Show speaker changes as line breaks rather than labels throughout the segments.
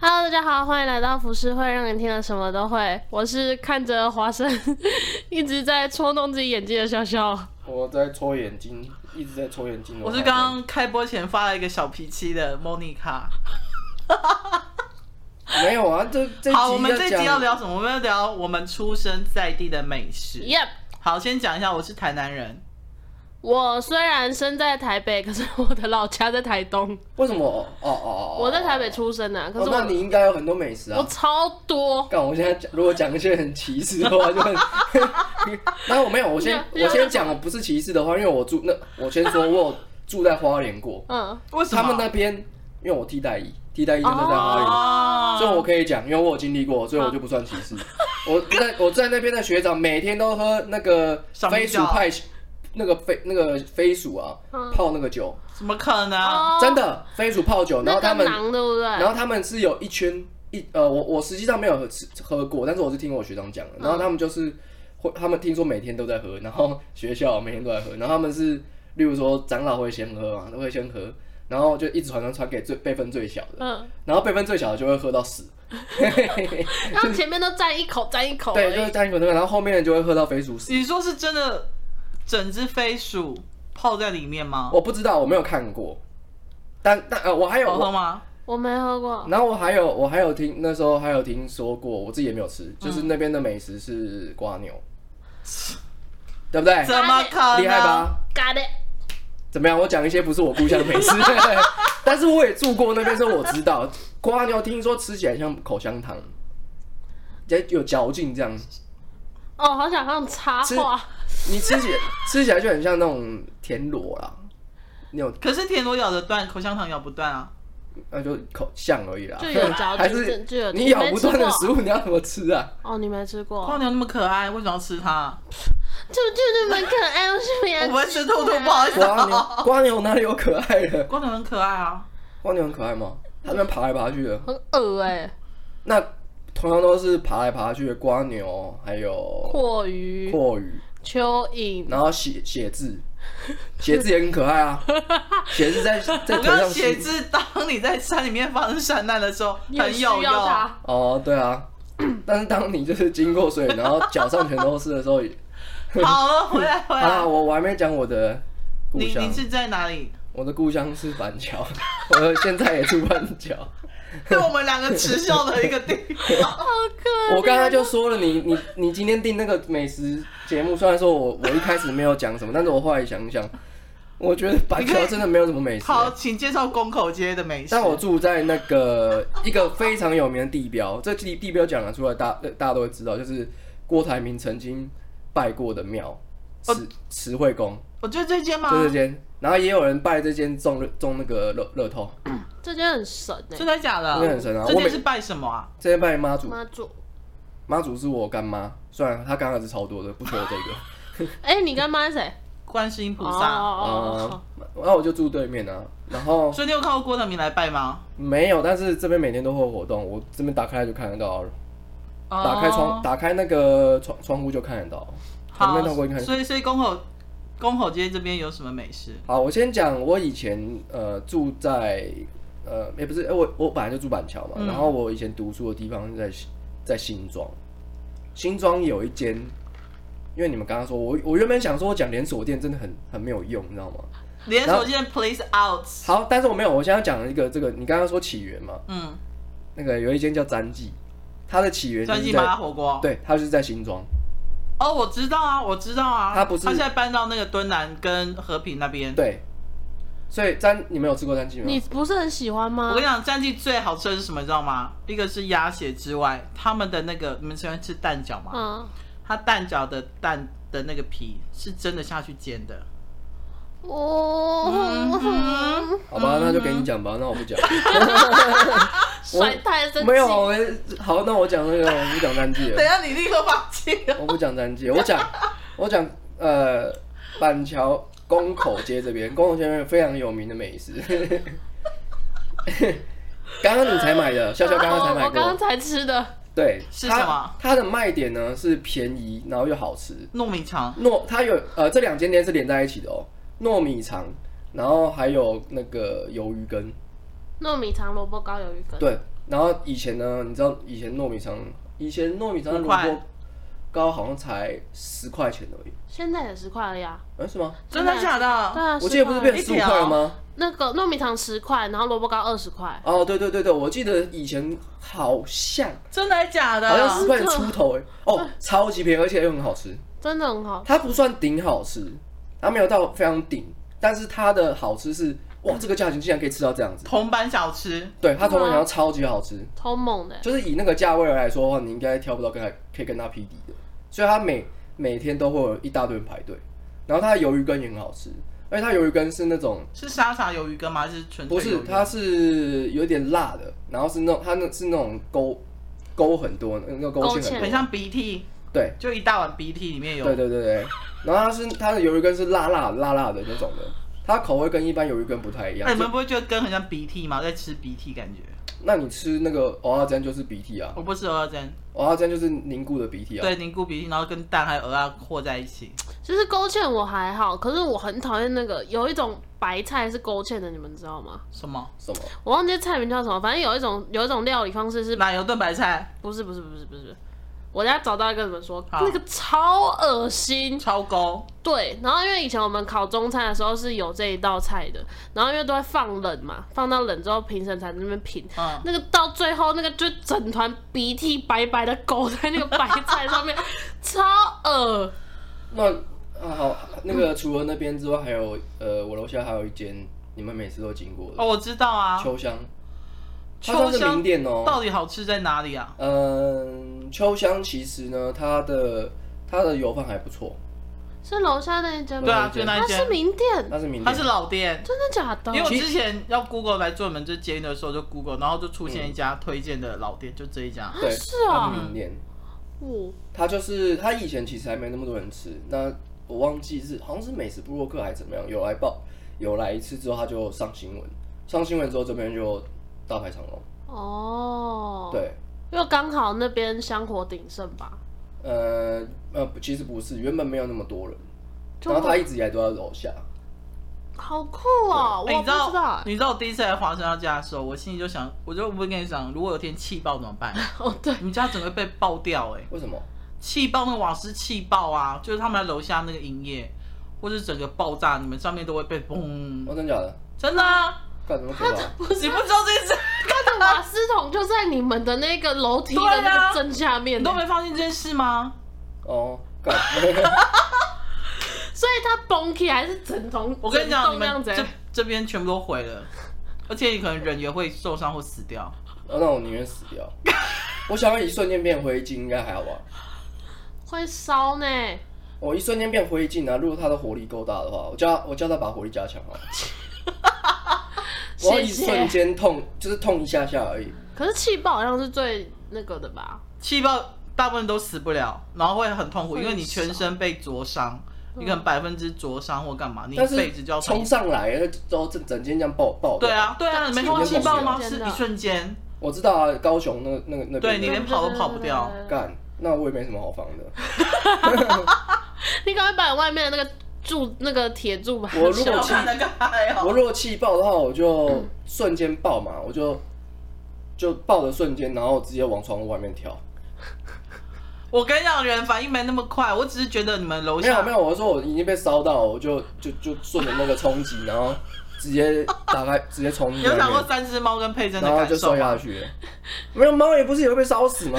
Hello，大家好，欢迎来到浮世会，让你听了什么都会。我是看着华生 一直在戳弄自己眼睛的笑笑。
我在搓眼睛，一直在搓眼睛。
我是刚刚开播前发了一个小脾气的 Monica。
没有啊，这这
好，我们这
这
一集要聊什么？我们要聊我们出生在地的美食。
Yep，
好，先讲一下，我是台南人，
我虽然身在台北，可是我的老家在台东，
为什么？哦哦哦，哦
我在台北。出生的、啊，可
哦
是，我、
那你应该有很多美食
我
啊。
超多。
但我现在讲，如果讲一些很歧视的话，就 很。那我没有，我先
你有
我先讲，我不是歧视的话，因为我住那，我先说，我有住在花莲 过，
嗯，
为什么？
他们那边因为我替代役，替代役真的在花莲。
哦，
所以我可以讲，因为我有经历过，所以我就不算歧视。我在我在那边的学长每天都喝那个
小
飞
米
鼠
酒
派，那个飞那个飞鼠啊，
嗯
泡那个酒，
怎么可能？
哦
啊真的飞鼠泡酒，然
那
后他
个
们
囊对不对？
然后他们是有一圈一呃，我我实际上没有喝吃喝过，但是我是听我学长讲的，然后他们就是会他们听说每天都在喝，然后学校每天都在喝，然后他们是例如说长老会先喝嘛，都会先喝。然后就一直传传传给最辈分最小的，
嗯，
然后辈分最小的就会喝到死，
然后前面都沾一口，沾一口而
哎
哎
对，就是
已。
单一口那个，然后后面人就会喝到飞鼠死。
你说是真的整只飞鼠泡在里面吗？
我不知道，我没有看过，但但呃，我还有
哦好喝吗？
我没喝过，
然后我还有我还有听那时候还有听说过，我自己也没有吃，就是那边的美食是瓜牛，对不对？
怎么可能？
厉害？吧？
嘎的。
怎么样？我讲一些不是我故乡的美 食，但是我也住过那边，所以我知道瓜牛听说吃起来像口香糖，有嚼劲这样，
哦，好想看插
吃
画。
你吃起来吃起来就很像那种田螺啦，那种
可是田螺咬得断，口香糖咬不断啊。
那就口像而已啦，
就 有嚼劲
还
就就有
是你咬不断的
没吃过
食物，你要怎么吃啊？
哦，你没吃过？
蜗牛那么可爱，为什么要吃它？
就就那么可爱，为什么要
我不会吃兔兔，
啊
不好意思。
瓜牛，瓜牛哪里有可爱的？
蜗牛很可爱啊。
蜗牛很可爱吗？它们爬来爬去的。
很恶哎、
那同样都是爬来爬去的瓜牛，还有
阔鱼、
阔鱼，
蚯蚓，
然后写写字，写字也很可爱啊。 写字在在
我
头
刚
上
写
写
字，当你在山里面发生山难的时候，
你
很
需
有
要
用。
它。
哦，对啊。 但是当你就是经过水，然后脚上全都是的 时候，
好了，回来回
啊，
来。
我我还没讲我的故
你
乡
你，是在哪里？
我的故乡是板桥， 我现在也住板桥。
对我们两个耻笑的一个地 方。
好可爱。
我刚才就说了你，你你今天订那个美食节目，虽然说我我一开始没有讲什么，但是我后来想一想，我觉得板桥真的没有什么美食。
好，请介绍宫口街的美食
但。我住在那个一个非常有名的地标，这地地标讲了出来，大大家都会知道，就是郭台铭曾经拜过的庙
哦
慈慈惠宫，
我觉得这间吗？
就这间。然后也有人拜这间中乐中那个乐乐透，
这间很神哎、
真的假的？
真的很神啊
这
我每
间是拜什么啊？
这间拜妈祖，
妈祖，
妈祖是我干妈，虽然她干儿子超多的，不缺我这个。
哎、你干妈是谁？
观世音菩
哦
萨。
哦
啊，然后我就住对面啊，然后
所以你有看过郭台铭来拜吗？
没有，但是这边每天都会有活动，我这边打开就看得到了，打开窗，
哦。
打开那个窗窗户就看得到。我
好
没看过，你看
所以所以宫口宫口街这边有什么美食？
好，我先讲我以前呃住在呃也、不是，呃我我本来就住板桥嘛，
嗯
然后我以前读书的地方是在在新庄，新庄有一间，因为你们刚刚说我我原本想说我讲连锁店真的很很没有用，你知道吗？
连锁店 Please Out。
好，但是我没有，我现在讲了一个这个，你刚刚说起源嘛，
嗯，
那个有一间叫詹记，它的起源就
专
是
辑麻辣
在
火锅。
对，它就是在新庄。
哦，我知道啊，我知道啊。
他不是
现在搬到那个敦南跟和平那边。
对，所以詹，你们有吃过詹记吗？
你不是很喜欢
我
吗
跟？你讲，战绩最好吃的是什么，你知道吗？一个是鸭血之外，他们的那个你们喜欢吃蛋饺吗？
嗯，
它蛋饺的蛋的那个皮是真的下去煎的，
哦，
嗯
好吧，那就给你讲吧，那我不讲。
甩太生气
没有，我好，那我讲那个，我不讲詹记
等一
了，
下你立刻放弃了。
我不讲詹记，我讲 我讲呃板桥宫口街这边，宫口街那边有非常有名的美食。 刚刚你才买的，笑笑刚刚才
哦我
买
我刚刚
过，
才吃的，
对，
是
它
什么
它的卖点呢是便宜，然后又好吃，
糯米肠，
糯，它有呃这两间店是连在一起的哦，糯米肠，然后还有那个鱿鱼羹，
糯米肠、萝卜糕、鱿鱼羹。
对，然后以前呢，你知道以前糯米肠，以前糯米肠的
五
萝
块
卜糕好像才十块钱而已，
现在也十块而已啊。
哎、是吗？
真的假
对
的？
啊，
我记得
10
不是
块
变十五
一条
块了吗？
那个糯米肠十块，然后萝卜糕二十块。
哦，对对对对，我记得以前好像
真的假
好像
的？
十块钱出头哎、哦，超级便宜，而且又很好吃。
真的很好，
它不算顶好吃，它没有到非常顶，但是它的好吃是哇，这个价钱竟然可以吃到这样子。
铜板小吃，
对，它同
真
样
的吗
要超级好吃，
超猛的。
就是以那个价位来说的话，你应该挑不到跟它可以跟它匹敌的。所以它每每天都会有一大堆人排队，然后它的鱿鱼羹也很好吃，而且它鱿鱼羹是那种
是沙茶鱿鱼羹吗？还是纯粹
不
鱿
是，
鱼
它是有点辣的，然后是那种它那是那种勾勾很多，那个勾芡
勾芡
很
很
多，
像鼻涕，
对
就一大碗鼻涕里面有
对对对对。然后它是它的鱿鱼羹是辣辣辣辣的那种的，它口味跟一般鱿鱼羹不太一样
哎那。你们不会觉得羹很像鼻涕吗？在吃鼻涕感觉。
那你吃那个蚵仔煎就是鼻涕啊，
我不吃鹅胗，
蚵仔煎就是凝固的鼻涕啊。
对，凝固鼻涕，然后跟蛋还有鹅啊和在一起。
其实勾芡我还好，可是我很讨厌那个有一种白菜是勾芡的，你们知道吗？
什么？
什么？
我忘记菜名叫什么，反正有一种有一种料理方式是，
奶油炖白菜，
不是不是不是不是，我家找到一个怎么说，
好
那个超恶心。
超勾，
对，然后因为以前我们烤中餐的时候是有这一道菜的，然后因为都会放冷嘛，放到冷之后评审才在那边评，
嗯，
那个到最后那个就整团鼻涕白白的勾在那个白菜上 面，超恶。
那啊好，那个除了那边之外，还有呃，我楼下还有一间你们每次都经过的
哦，我知道啊。
秋香，它
秋
算是
香
名店哦。
到底好吃在哪里啊？
嗯，秋香其实呢，它的它的油饭还不错，
是楼下那一间
对
吗？
啊，就那
它
一
是
间，
名店，
它是名
它
店
是。老店。
真的假的
因为？我之前要 Google 来做你们这捷运的时候，就 Google，然后就出现一家推荐的老店，就这一家。
对，
是
它
啊哦
是名店。
我
它就是它以前其实还没那么多人吃，那我忘记是好像是美食部落客还是怎么样，有来报有来一次之后，它就上新闻，上新闻之后这边就大排长龙。
哦，，
对，
因为刚好那边香火鼎盛吧，
呃呃，不其实不是，原本没有那么多人，
就
然后它一直以来都在楼下。
好酷哦！我
哎你
不
知道，你知道我第一次来华生他家的时候，我心里就想，我就不会跟你讲，如果有一天气爆怎么办？
哦，对，
你们家整个被爆掉哎、
为什么？
气爆那个瓦斯气爆啊，就是他们在楼下那个营业，或是整个爆炸，你们上面都会被嘣，
哦，真假的？
真的、啊，
干什么可怕？
不
你
是
不知道这件事，
它的瓦斯桶就在你们的那个楼梯的
对
那
啊
个正下面
你
呢，
都没发现这件事吗？
哦，干。
所以它崩起来是整栋，
我跟你讲，
整
你
栋这样
们
子
这
欸，
这边全部都毁了，而且你可能人也会受伤或死掉。
哦那我宁愿死掉。我想要一瞬间变灰烬，应该还好吧？
会烧呢。
我一瞬间变灰烬啊！如果他的火力够大的话，我叫他，我叫他把火力加强好了。我要
谢
一
谢。
瞬间痛，就是痛一下下而已。
可是气爆好像是最那个的吧？
气爆大部分都死不了，然后会啊嗯很痛苦，
会
因为你全身被灼伤，你可能百分之灼伤或干嘛，你
但
一辈子
是
就要
冲上来，然后整整间这样爆爆。
对，啊，对啊，你没看过
气
气
爆
爆吗？
是
是
一瞬间的
一瞬间，
我知道啊，高雄那那个那边。
对你连跑都跑不掉
对对对对对
干，那我也没什么好防的。
对你赶快把外面的那个柱、那个铁柱把它
我如果
削
我
掉
气
看得哦干还
我
好。
如果气爆的话，我就瞬间爆嘛，我就就爆的瞬间，然后直接往窗户外面跳。
我跟你讲，人反应没那么快，我只是啊觉得你们楼
没有
下
没有，我是说我已经被烧到，我就就就顺着那个冲击，然后直接打开，直接冲进
有
外
想过
面，
三只猫跟佩珍的
然后
感
就摔
受吗
下？去了。没有猫也不是也会被烧死吗？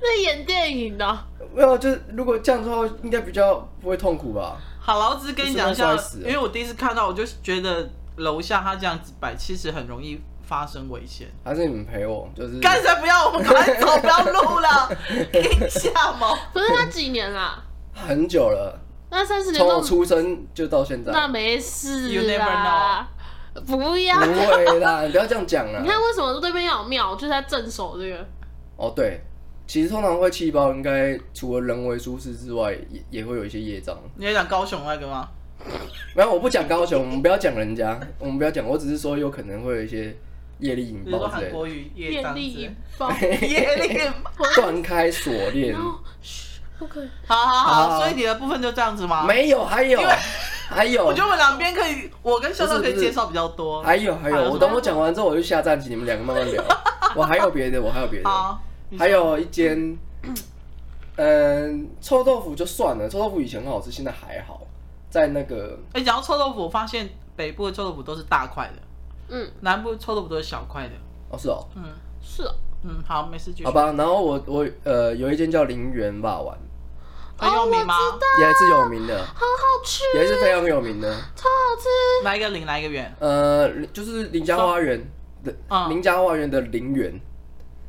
那演电影的，
没有，啊就是如果这样的话，应该比较不会痛苦吧？
好了，我只是跟你讲一
不是
下
猫摔死，
因
了
为我第一次看到，我就觉得楼下它这样子摆，其实很容易发生危险。
还是你们陪我？就是
干谁不要，我们赶快走，不要 录了，停一下嘛。
可是他几年啊啦？
很久了，
那三十年
从
都
我出生就到现在，
那没事
You never
啦。不要
不，会啊啦，你不要这样讲
你看
啦。
为什么对面要有庙，就是在镇守这个。
哦，对，其实通常会气爆，应该除了人为疏失之外，也也会有一些业障。
你要讲高雄那个吗？
没有，我不讲高雄，我们不要讲人家，我们不要讲，我只是说有可能会有一些业力引
比如说
爆之
韩
类
国
的，
语夜
便
障
利
之
一
类
包，
的，夜力。
断开锁链
然，后嘘，不可以。
好好
好
好，所以你的部分就这样子吗？
没有，还有，还有，
我觉得我们两边可以，我跟肖
不
肖
是
可以
不是
介绍比较多。
还有还
还有
有，
什
我
么
等我讲完之后，我就下战棋，你们两个慢 慢聊。我还有别的，我还有别的，
好，你
还
说
有一间，嗯，臭豆腐就算了，臭豆腐以前很好吃，现在还好，在那个
哎，讲到臭豆腐，我发现北部的臭豆腐都是大块的，
嗯，
南部臭豆腐都是小块的。
哦是哦，
嗯
是哦，
嗯，好，没事，继续
好。吧，然后我我呃有一间叫林园霸丸，
很
哦
有名吗？
也是有名的，
很好吃，
也是非常有名的，
超好吃。
来一个零，来一个圆。
呃，就是林家花园的
嗯
林家花园的林园，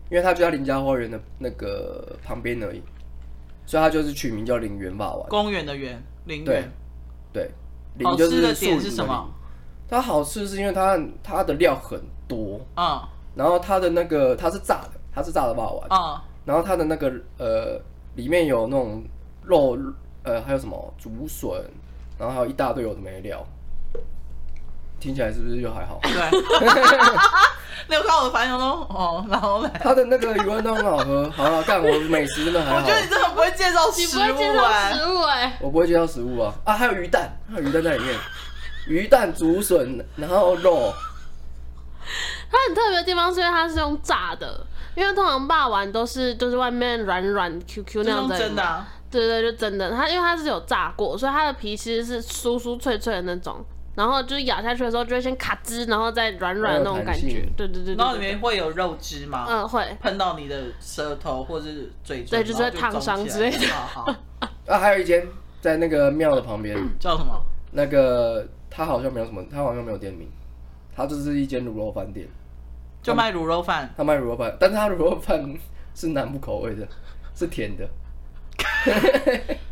因为它就在林家花园的那个旁边而已，所以它就是取名叫林园霸丸，
公园的园，陵
对
园。
对，林
好
就
吃
是
的
树林
点
的
是什么
林？？它好吃是因为它它的料很多，
嗯
然后它的那个它是炸的，它是炸的霸丸，
嗯
然后它的那个呃，里面有那种肉，呃，还有什么竹笋，然后还有一大堆有的没料，听起来是不是就还好？
对。你有看我的反应吗？哦，然后嘞，
它的那个鱼丸都很好喝。好了，干我美食真的还
我
好
觉，得你真的不会介绍
你
食
不会介
物
绍
哎。
食物哎、
我不会介绍食物啊啊，还有鱼蛋，还有鱼蛋在里面，鱼蛋、竹笋，然后肉，
它很特别的地方是因为它是用炸的，因为通常霸丸都是就是外面软软 Q Q 那样
这
的，
是真的啊，
对对，就真的。它因为它是有炸过，所以它的皮其实是酥酥脆脆的那种，然后就是咬下去的时候就会先咔吱，然后再软软的那种感
还有弹
觉
性。
对对对对
然后里面
对
会有肉汁吗？
嗯会，
碰到你的舌头或者是嘴唇，
对就是
然后
烫伤
肿起
之类的
来好好，
啊，还有一间在那个庙的旁边，
叫什么？
那个它好像没有什么，它好像没有店名，它就是一间卤肉饭店。
就卖卤肉饭。
他卖卤肉饭，但是他卤肉饭是南部口味的，是甜的。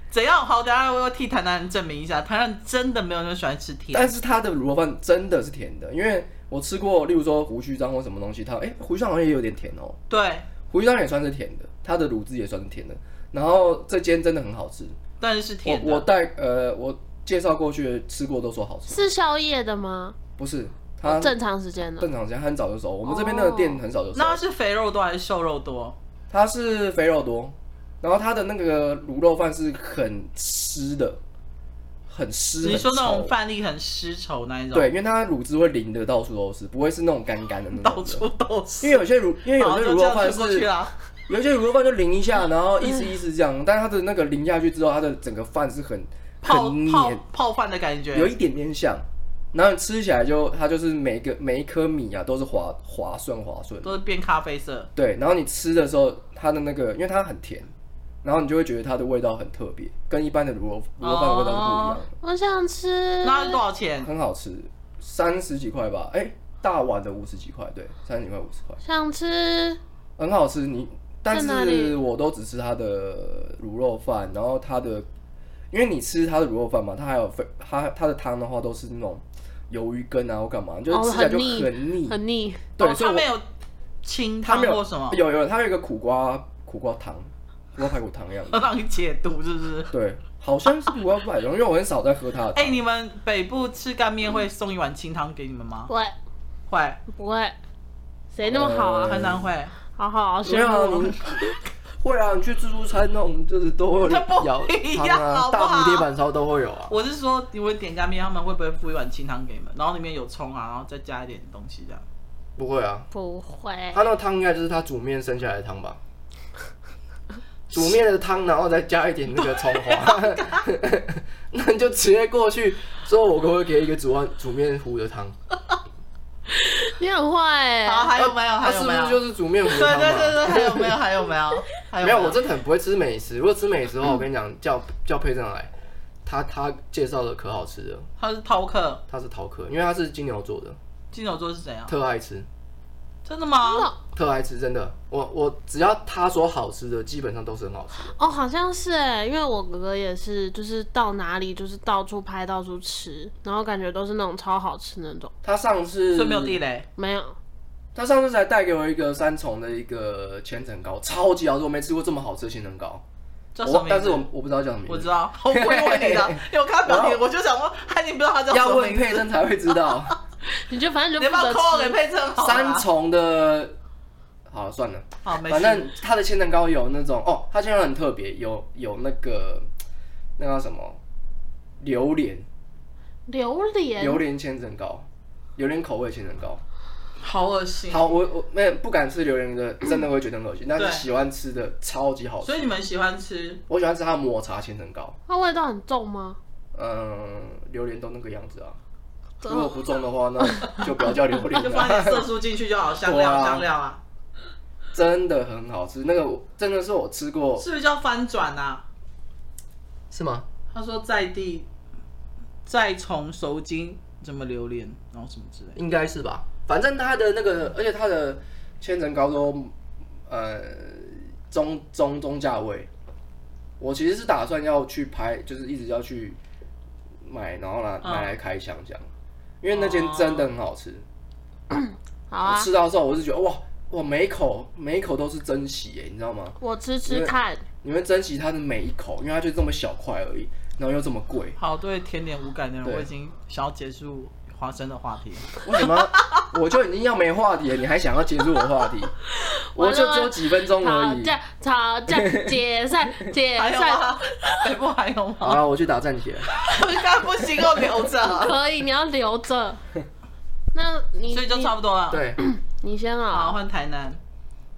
怎样？好，等一下我要替台南人证明一下，台南人真的没有人喜欢吃甜。
但是他的卤肉饭真的是甜的，因为我吃过，例如说胡须章或什么东西，它哎、胡须章好像也有点甜哦，
对，
胡须章也算是甜的，它的卤汁也算是甜的。然后这间真的很好吃，
但是是甜
我我
的。
带呃我介绍过去吃过都说好吃，
是宵夜的吗？
不是它
正常时间的。
正常时间它很早就熟，我们这边那个店很早就熟，
哦那是肥肉多还是瘦肉多？
它是肥肉多，然后它的那个卤肉饭是很湿的，很湿，
你说那
很
种
稠
饭粒很湿稠那一种，
对，因为它卤汁会淋的到处都是，不会是那种干干的那种的
到处都是。
因为有些卤，因为有
好
些
就
卤
这
肉
样
饭
就过去啊
是，
啦。
有些卤肉饭就淋一下，然后意思意思这样，但它的那个淋下去之后，它的整个饭是很
泡
很
泡
黏，
泡饭的感觉
有。一点点像，然后你吃起来就它就是每个每一颗米啊都是滑滑顺滑顺，
都是变咖啡色，
对，然后你吃的时候它的那个，因为它很甜，然后你就会觉得它的味道很特别，跟一般的卤肉卤肉饭的味道是不
哦
一样的。
我想吃，
那是多少钱？
很好吃，三十几块吧，哎、大碗的五十几块，对，三十几块五十块，
想吃，
很好吃。你，但
在哪里
是我都只吃它的卤肉饭，然后它的，因为你吃它的卤肉饭嘛，它还有分它它的汤的话都是那种鱿鱼羹啊或干嘛，就是吃起来就
很腻
很腻。
很腻，
对，
哦
所以我
它没有清
它
汤
没有
或什么，
有有它有一个苦瓜苦瓜汤，苦瓜排骨汤的样子，
要让你解毒是不是？
对，好像是苦瓜排骨汤，因为我很少在喝它的汤。
哎、你们北部吃干面会送一碗清汤给你们吗？
不会
会，
不会，谁那么好啊？
呃
台南会。
好好好
没
羡
有啊，
慕
你会啊，你去自助餐那种就是都会有
那不
舀
一
汤
样
啊，
好不好
大蝴蝶板烧都会有啊。
我是说，你们点干面，他们会不会付一碗清汤给你们？然后里面有葱啊，然后再加一点东西这样。
不会啊，
不会
他，那个汤应该就是他煮面剩下来的汤吧。 煮面的汤，然后再加一点那个葱 花， 那你就直接过去说，我可不可以给一个煮完煮面糊的汤？
你很坏哎、
好，还有没有？
它
哦
啊
还
是
有
不
没有？
呃是就是煮面糊的
对
汤
对对
嘛？
对，还有没有？还有没有？还有
没有，我
这
真的很不会吃美食。如果吃美食的
嗯
话，我跟你讲，叫叫佩珍来，他他介绍的可好吃了，
他是饕客，
他是逃课，因为他是金牛座的，
金牛座是怎样？
特爱吃。
真的吗？
真的
特爱吃，真的，我我只要他说好吃的，基本上都是很好吃。
哦，好像是哎，因为我哥哥也是，就是到哪里就是到处拍，到处吃，然后感觉都是那种超好吃那种。
他上次
所以没有地雷。
没有，
他上次才带给我一个三重的一个千层糕，超级好吃，我没吃过这么好吃的千层糕。
叫什么
我
名字？
但是我我不知道叫什么
我
名
知
字，
道， 我不会问你的，因为我看他 表情，我就想说，他已经不知道他叫什
要
么
问
名字。
佩珍才会知道。
你就反正
你
就
要
负
不要
责
call 给
吃。
佩珍好了
三重的，好了算了，
好，没
反正
事。
他的千层糕有那种哦，他千层糕很特别，有有那个那叫什么榴莲，
榴莲
榴莲千层糕，榴莲口味千层糕。
好恶心。
好，我我没有不敢吃榴莲的，真的会觉得很恶心，但是
对
喜欢吃的超级好吃
所以。你们喜欢吃？
我喜欢吃它的抹茶千层糕，
它味道很重吗？
嗯，榴莲都那个样子啊。
真
如
的
果不重的话，那就不要叫榴莲
哦 就放点色
了。
素进去就好，香 料
对啊
香料啊，
真的很好吃，那个我真的是我吃过，
是不是叫翻转啊？
是吗？
他说在地再从熟金怎么榴莲，然后什么之类的。
应该是吧。反正它的那个，而且它的千层糕都呃中中中价位。我其实是打算要去拍，就是一直要去买，然后拿
嗯
买来开箱这样，因为那间真的很好吃。
好啊
我，吃到的时候，我是觉得哇哇，每一口每一口都是珍惜耶，你知道吗？
我吃吃看。
你会珍惜它的每一口，因为它就这么小块而已，然后又这么贵，
好，对甜点无感的人，
对
我已经想要结束花生的话题了。
为什么要 我就已经要没话题了，你还想要结束我话题？ 我就只有几分钟而
吵
已。
架，吵架，解散，解
还有啊
散，
吗？北部 还有吗？
好了，我去打战棋了。
该不行，我留 着。
可以，你要留着。那你
所以就
你
差不多了。，
对，
你先
好，
啊，
换台南。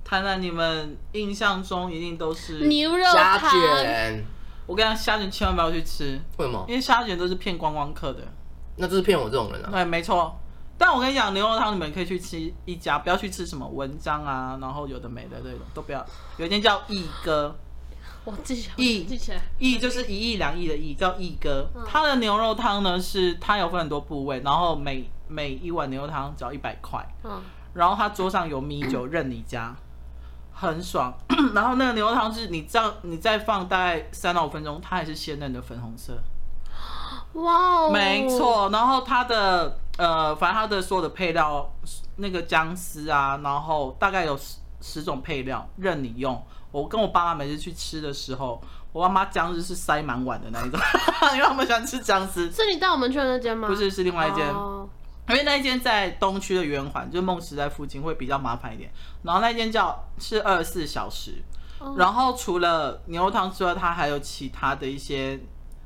台南，你们印象中一定都是
牛肉
虾
汤，
卷，
我跟你讲，虾卷千万不要去吃，
为什么？
因为虾卷都是骗观光客的。
那就是骗我这种人啊！
对，没错。但我跟你讲，牛肉汤你们可以去吃一家，不要去吃什么文章啊，然后有的没的这种都不要。有一间叫义哥，
我记起来，我
一
记起来，
义就是一亿两亿的义，叫义哥。它的牛肉汤呢是它有分很多部位，然后每每一碗牛肉汤只要一百块，
嗯，
然后它桌上有米酒任你加，很爽。 然后那个牛肉汤是你这样你再放大概三到五分钟，它还是鲜嫩的粉红色。
哇哦，
没，错，然后它的呃，反正它的所有的配料，那个姜丝啊，然后大概有十十种配料任你用。我跟我爸妈每次去吃的时候，我爸妈姜丝是塞满碗的那一种， 因为他们喜欢吃姜丝。
是你带我们去的那间吗？
不是，是另外一间，
哦
因为那一间在东区的圆环，就是梦时代附近会比较麻烦一点。然后那一间叫是二十四小时，然后除了牛肉汤之外，它还有其他的一些，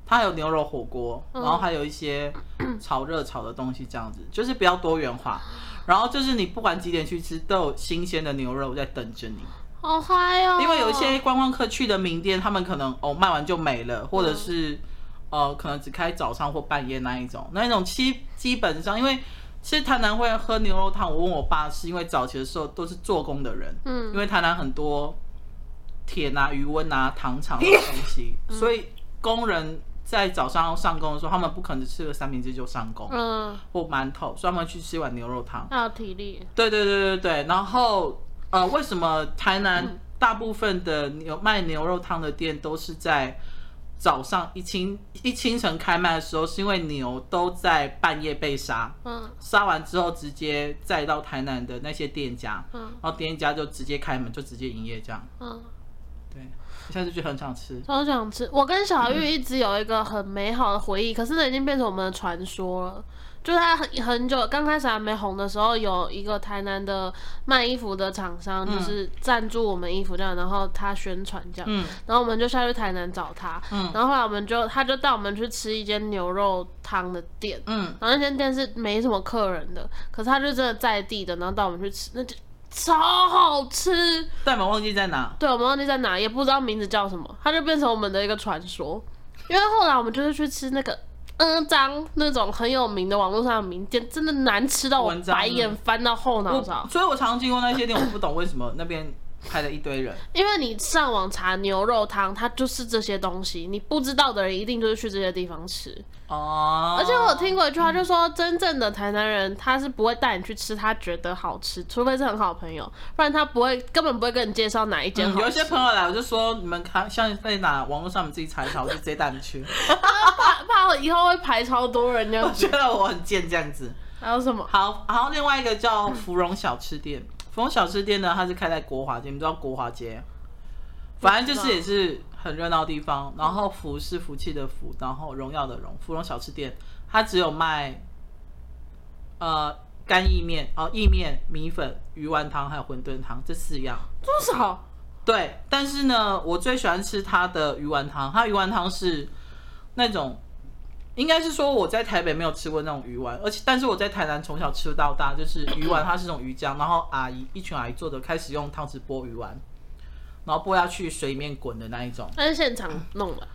它还有牛肉火锅，然后还有一些炒热炒的东西，这样子就是比较多元化。然后就是你不管几点去吃，都有新鲜的牛肉在等着你。
好嗨哦！
因为有一些观光客去的名店，他们可能哦卖完就没了，或者
嗯
是、呃可能只开早上或半夜那一种，那一种基基本上因为。其实台南会喝牛肉汤，我问我爸是因为早期的时候都是做工的人，
嗯
因为台南很多铁啊、余温啊、糖厂的东西，
嗯
所以工人在早上要上工的时候，他们不可能吃个三明治就上工、
嗯，
或馒头，所以他们去吃一碗牛肉汤。
要有体力，
对对对对对，然后呃，为什么台南大部分的牛卖牛肉汤的店都是在早上一清一清晨开卖的时候，是因为牛都在半夜被杀，
嗯
杀完之后直接再到台南的那些店家，
嗯
然后店家就直接开门，就直接营业这样。
嗯，
对，我现在就觉得很想吃。
超想吃。我跟小玉一直有一个很美好的回忆，可是那已经变成我们的传说了。就是他很很久刚开始还没红的时候，有一个台南的卖衣服的厂商，就是赞助我们衣服这样，然后他宣传这样，
嗯
然后我们就下去台南找他，
嗯
然后后来我们就他就带我们去吃一间牛肉汤的店，
嗯，
然后那间店是没什么客人的，可是他就真的在地的，然后带我们去吃，那就超好吃。
但我忘记在哪。
对，我们忘记在哪，也不知道名字叫什么，它就变成我们的一个传说。因为后来我们就是去吃那个嗯张那种很有名的网络上的名店，真的难吃到我
文章
白眼翻到后脑勺
我。所以，我常经过那些店，我不懂为什么那边排了一堆人。
因为你上网查牛肉汤，它就是这些东西，你不知道的人一定就是去这些地方吃。
哦，
而且我有听过一句话，就说真正的台南人他是不会带你去吃他觉得好吃，除非是很好朋友，不然他不会根本不会跟你介绍哪一间
嗯
好吃。
有一些朋友来，我就说你们看，像在哪网络上你们自己查一查，我就直接带你去。
怕怕我以后会排超多人这
我
样子。
觉得我很贱这样子。
还有什么？
好，然后另外一个叫芙蓉小吃店，芙蓉小吃店呢，它是开在国华街，你们知道国华街？反正就是也是很热闹的地方。然后福是福气的福，然后荣耀的荣，芙蓉小吃店，它只有卖呃干意面、哦意面、米粉、鱼丸汤还有馄饨汤这四样。
多少？
对，但是呢，我最喜欢吃它的鱼丸汤，它鱼丸汤是那种应该是说我在台北没有吃过那种鱼丸，而且但是我在台南从小吃到大，就是鱼丸它是种鱼浆，然后阿姨一群阿姨做的，开始用汤匙剥鱼丸，然后剥下去水里面滚的那一种。
那是现场弄的，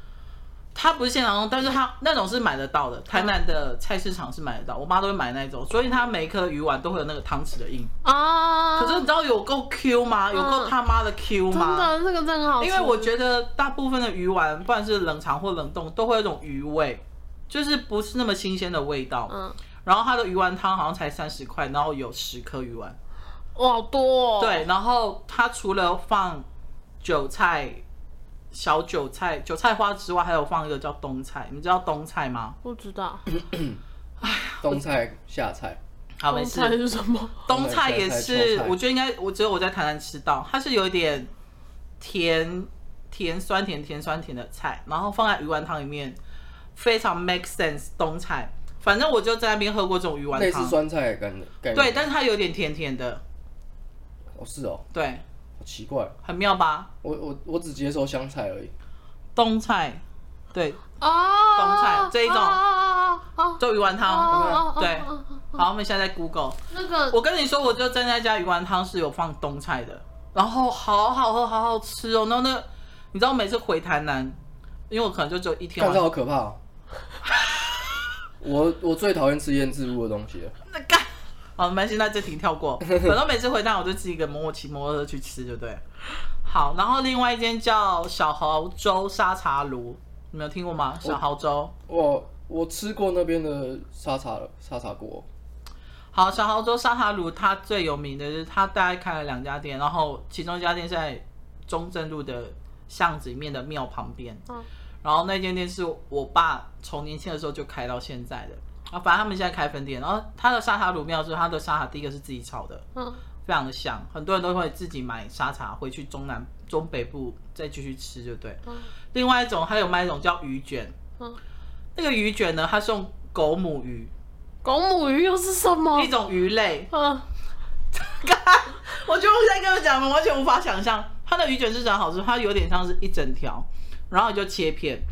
它不是现场用，但是它那种是买得到的，台南的菜市场是买得到，我妈都会买那一种，所以它每一颗鱼丸都会有那个汤匙的印。
哦，
可是你知道有够 Q 吗？有够他妈的 Q
嗯真
吗？
的那个真的好吃，
因为我觉得大部分的鱼丸，不管是冷藏或冷冻，都会有一种鱼味，就是不是那么新鲜的味道。
嗯，
然后它的鱼丸汤好像才三十块，然后有十颗鱼丸。
哇好多、哦，，
对，然后它除了放韭菜、小韭菜、韭菜花之外，还有放一个叫冬菜。你们知道冬菜吗？
不知道
冬菜、夏菜，
好，没
中餐
事。
是什么，
冬菜也
冬菜
是
秋菜，
我觉得应该，我只有我在台南吃到，它是有一点甜甜酸甜甜酸甜的菜，然后放在鱼丸汤里面，非常 make sense。冬菜，反正我就在那边喝过这种鱼丸
类似
汤，
酸菜的概念概念。
对，但是它有点甜甜的，
哦是哦，
对，
好奇怪，
很妙吧？
我我我只接受香菜而已。
冬菜，对，
哦，
冬菜这一种
哦哦哦
做鱼丸
哦
汤。
哦，哦
对
哦哦
好，我们现在在 Google。
那个
我跟你说，我就在那家鱼丸汤是有放冬菜的，然后好好喝，好好吃哦。然后那，你知道我每次回台南，因为我可能就只有一天
干
晚
这
上，
好可怕、哦！我我最讨厌吃腌制物的东西了。
那干，好，没关系，那这题跳过。反正每次回台南，我就自己一个摸摸骑摩托车去吃，就对了。好，然后另外一间叫小蚝粥沙茶炉，你没有听过吗？小蚝粥，
我我吃过那边的沙茶了，沙茶锅。
好，小蚝粥沙茶炉它最有名的就是它大概开了两家店，然后其中一家店是在中正路的巷子里面的庙旁边。
嗯
然后那间店是我爸从年轻的时候就开到现在的。啊，反正他们现在开分店，然后他的沙茶卤妙就是他的沙茶第一个是自己炒的，
嗯
非常的香，很多人都会自己买沙茶回去中南中北部再继续吃，就对。
嗯
另外一种还有卖一种叫鱼卷，
嗯，
那个鱼卷呢，它是用狗母鱼
狗母鱼又是什么
一？种鱼类，
嗯，
我觉得我现在跟你讲，我完全无法想象它的鱼卷是长好吃，它有点像是一整条，然后你就切片，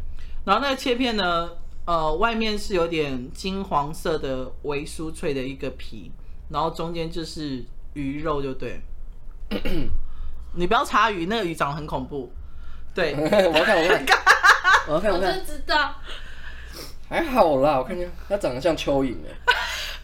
然后那个切片呢，呃，外面是有点金黄色的微酥脆的一个皮，然后中间就是鱼肉，就对。你不要查鱼，那个鱼长得很恐怖。对，
我要看，我要看，我要看，
我
我
就
要看，
知道，
还好啦，我看见它长得像蚯蚓哎、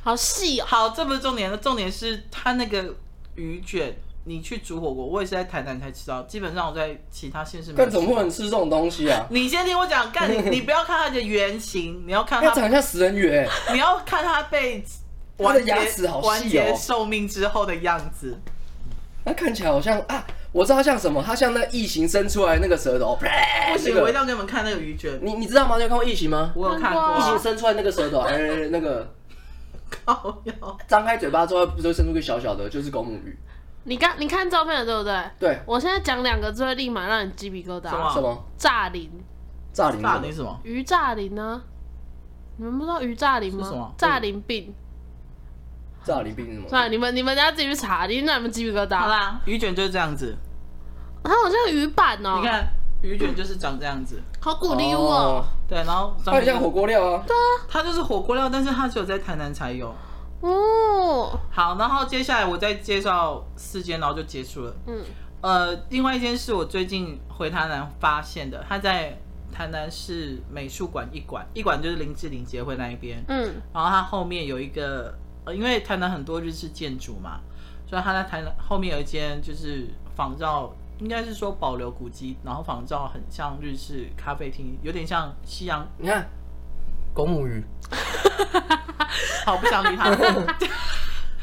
好细哦，
好，这不是重点，重点是它那个鱼卷，你去煮火锅，我也是在台南才吃到，基本上我在其他县市没有
但
吃
怎
到。
么不能吃这种东西啊？
你先听我讲，干你你不要看它的原型，你要 看
它
它，
长得像食人鱼哎、
你要看它被
它的
完结
牙齿好细哦
完结寿命之后的样子。
它看起来好像啊，我知道它像什么，它像那异形伸出来那个舌头。
不
那
行，我一定
哎个，嗯
要给你们看那个鱼卷，
你你知道吗？你有看过异形吗？
我有看
看
过。
过
异
啊
形 伸出来那个舌头，哎、那个
靠腰
张开嘴巴之后，不就伸出个小小的，就是狗母鱼。
你看你看照片了对不对？
对，
我现在讲两个字会立马让你鸡皮疙
什
瘩，
么
什么
炸鳞，
炸鳞？
大林什么？
鱼炸鳞呢？你们不知道鱼炸鳞吗？
是什么
炸鳞病，
炸鳞病是什么？
算了，你们你们等下自己去查，你让你们鸡皮疙
好
瘩。啊
啦，鱼卷就是这样子，
它好像鱼板哦
你，看鱼卷就是长这样子。
好古溜哦，
对，然后
它很像火
锅，
锅料啊。
它就是火锅料，但是它只有在台南才有。
哦，
好，然后接下来我再介绍四间，然后就结束了。
嗯
呃，另外一间是我最近回台南发现的，它在台南市美术馆一馆，一馆就是林志玲结婚那一边，
嗯，
然后它后面有一个，呃，因为台南很多日式建筑嘛，所以它在台南后面有一间就是仿照，应该是说保留古迹，然后仿照很像日式咖啡厅，有点像西洋，
你看，狗母鱼，
好不想理他，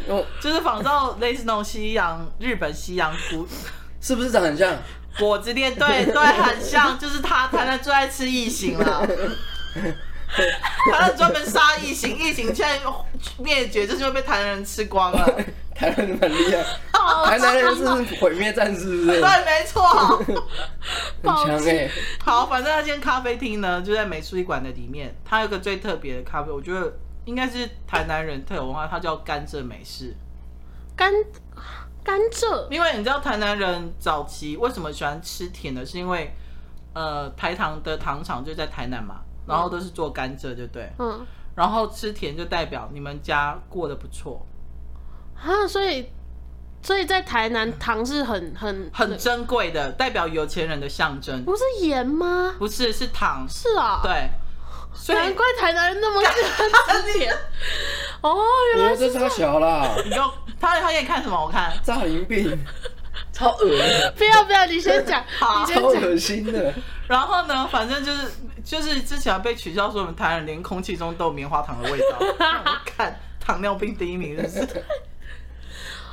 哦，
就是仿照类似那种西洋日本西洋古
是不是长得很像？
果子店，对对，很像，就是他，台南最爱吃异形了。台南专门杀异形，异形现在灭绝，就是因为被台南人吃光了。
台南人很厉害，
哦
好
台南人是毁灭战士，是不 是？
对，
很
没错。
强哎、
好，反正那间咖啡厅呢，就在美术馆的里面，它有个最特别的咖啡，我觉得应该是台南人特有文化，它叫甘蔗美式。
甘甘蔗，
因为你知道台南人早期为什么喜欢吃甜的，是因为呃台糖的糖厂就在台南嘛，然后都是做甘蔗，就对。
嗯，
然后吃甜就代表你们家过得不错，
啊，所以所以在台南糖是很很
很珍贵的，代表有钱人的象征。
不是盐吗？
不是，是糖。
是啊，
对，所以
难怪台南人那么喜欢吃 甜。哦，原来
我这差小啦，
你给我，他他给你看什么？我看
诈银病，超恶的，
不要不要，你先讲，
好
你先
超
讲。
恶心的。
然后呢，反正就是就是之前被取笑说我们台湾人连空气中都有棉花糖的味 道，让我看糖尿病第一名，真
嗯
是。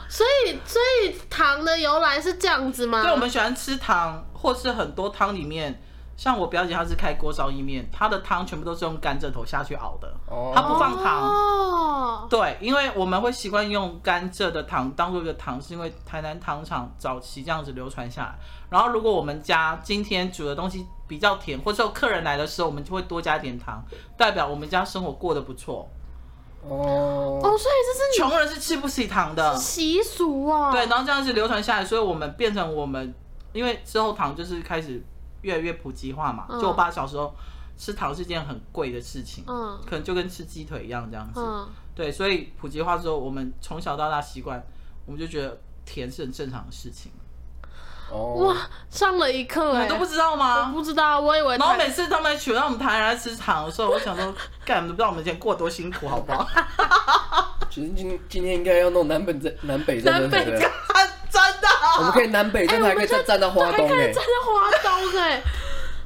所以所以糖的由来是这样子吗？
对，我们喜欢吃糖，或是很多汤里面，像我表姐她是开锅烧意面，她的汤全部都是用甘蔗头下去熬的，
哦
她不放糖。
哦，
对，因为我们会习惯用甘蔗的糖当做一个糖，是因为台南糖厂早期这样子流传下来。然后，如果我们家今天煮的东西比较甜，或者有客人来的时候，我们就会多加一点糖，代表我们家生活过得不错。
哦，
哦，所以这是
穷人是吃不起糖的
你，习俗哦。
对，然后这样子流传下来，所以我们变成我们，因为之后糖就是开始越来越普及化嘛。
嗯
就我爸小时候吃糖是件很贵的事情，
嗯
可能就跟吃鸡腿一样这样子。
嗯，
对，所以普及化之后，我们从小到大习惯，我们就觉得甜是很正常的事情，
哦，
哇，上了一课
你
哎，
们都不知道
我
吗？
不知道，我以为哎
然后
台
每次他们取到我们台南来吃糖的时候，我想说，干，你们不知道我们以前过多辛苦，好不好？
其实今今天应该要弄南北战南北战
南
争才
北
对，
真的啊，
我们可以南北
哎，
战
我
还
们
可以
就
再站到花东
还可
哎
以站，到花东哎，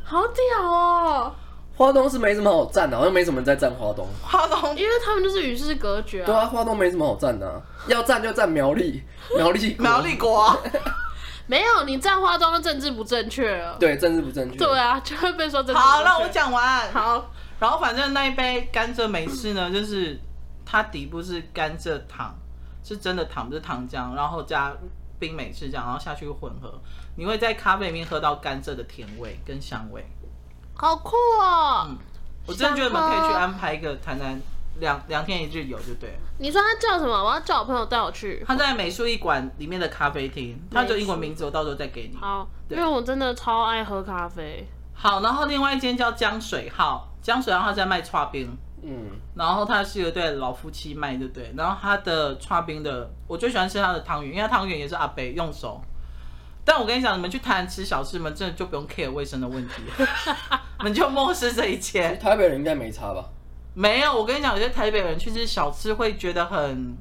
好屌哦！
花东是没什么好站的，好像没什么人在站花东。
嗯
花东
因为他们就是与世隔绝
对
啊。
啊，花东没什么好站的啊，要站就站苗 栗，苗栗国
苗栗啊国。
没有，你站花东就政治不正确了。
对政治不正确。
对啊，就会被说政治不正确。
好，让我。讲完。
好，
然后反正那一杯甘蔗美式呢，就是它底部是甘蔗糖，是真的糖，不是糖浆，然后加冰美式这样，然后下去混合，你会在咖啡里面喝到甘蔗的甜味跟香味。
好酷哦！
嗯
我真的觉得你们可以去安排一个台南两两天一日游，就对了。
你说它叫什么？我要叫我朋友带我去。
它在美术一馆里面的咖啡厅，它就英文名字，我到时候再给你。
好，因
对
为我真的超爱喝咖啡。
好，然后另外一间叫江水号，江水号它在卖刨冰。
嗯，
然后它是有对老夫妻卖，对不对？然后它的串冰的，我最喜欢吃它的汤圆，因为它汤圆也是阿北用手。但我跟你讲，你们去台南吃小吃，你们真的就不用 care 卫生的问题， 你们就漠视这一切。
台北人应该没差吧？
没有，我跟你讲，有些台北人去吃小吃会觉得很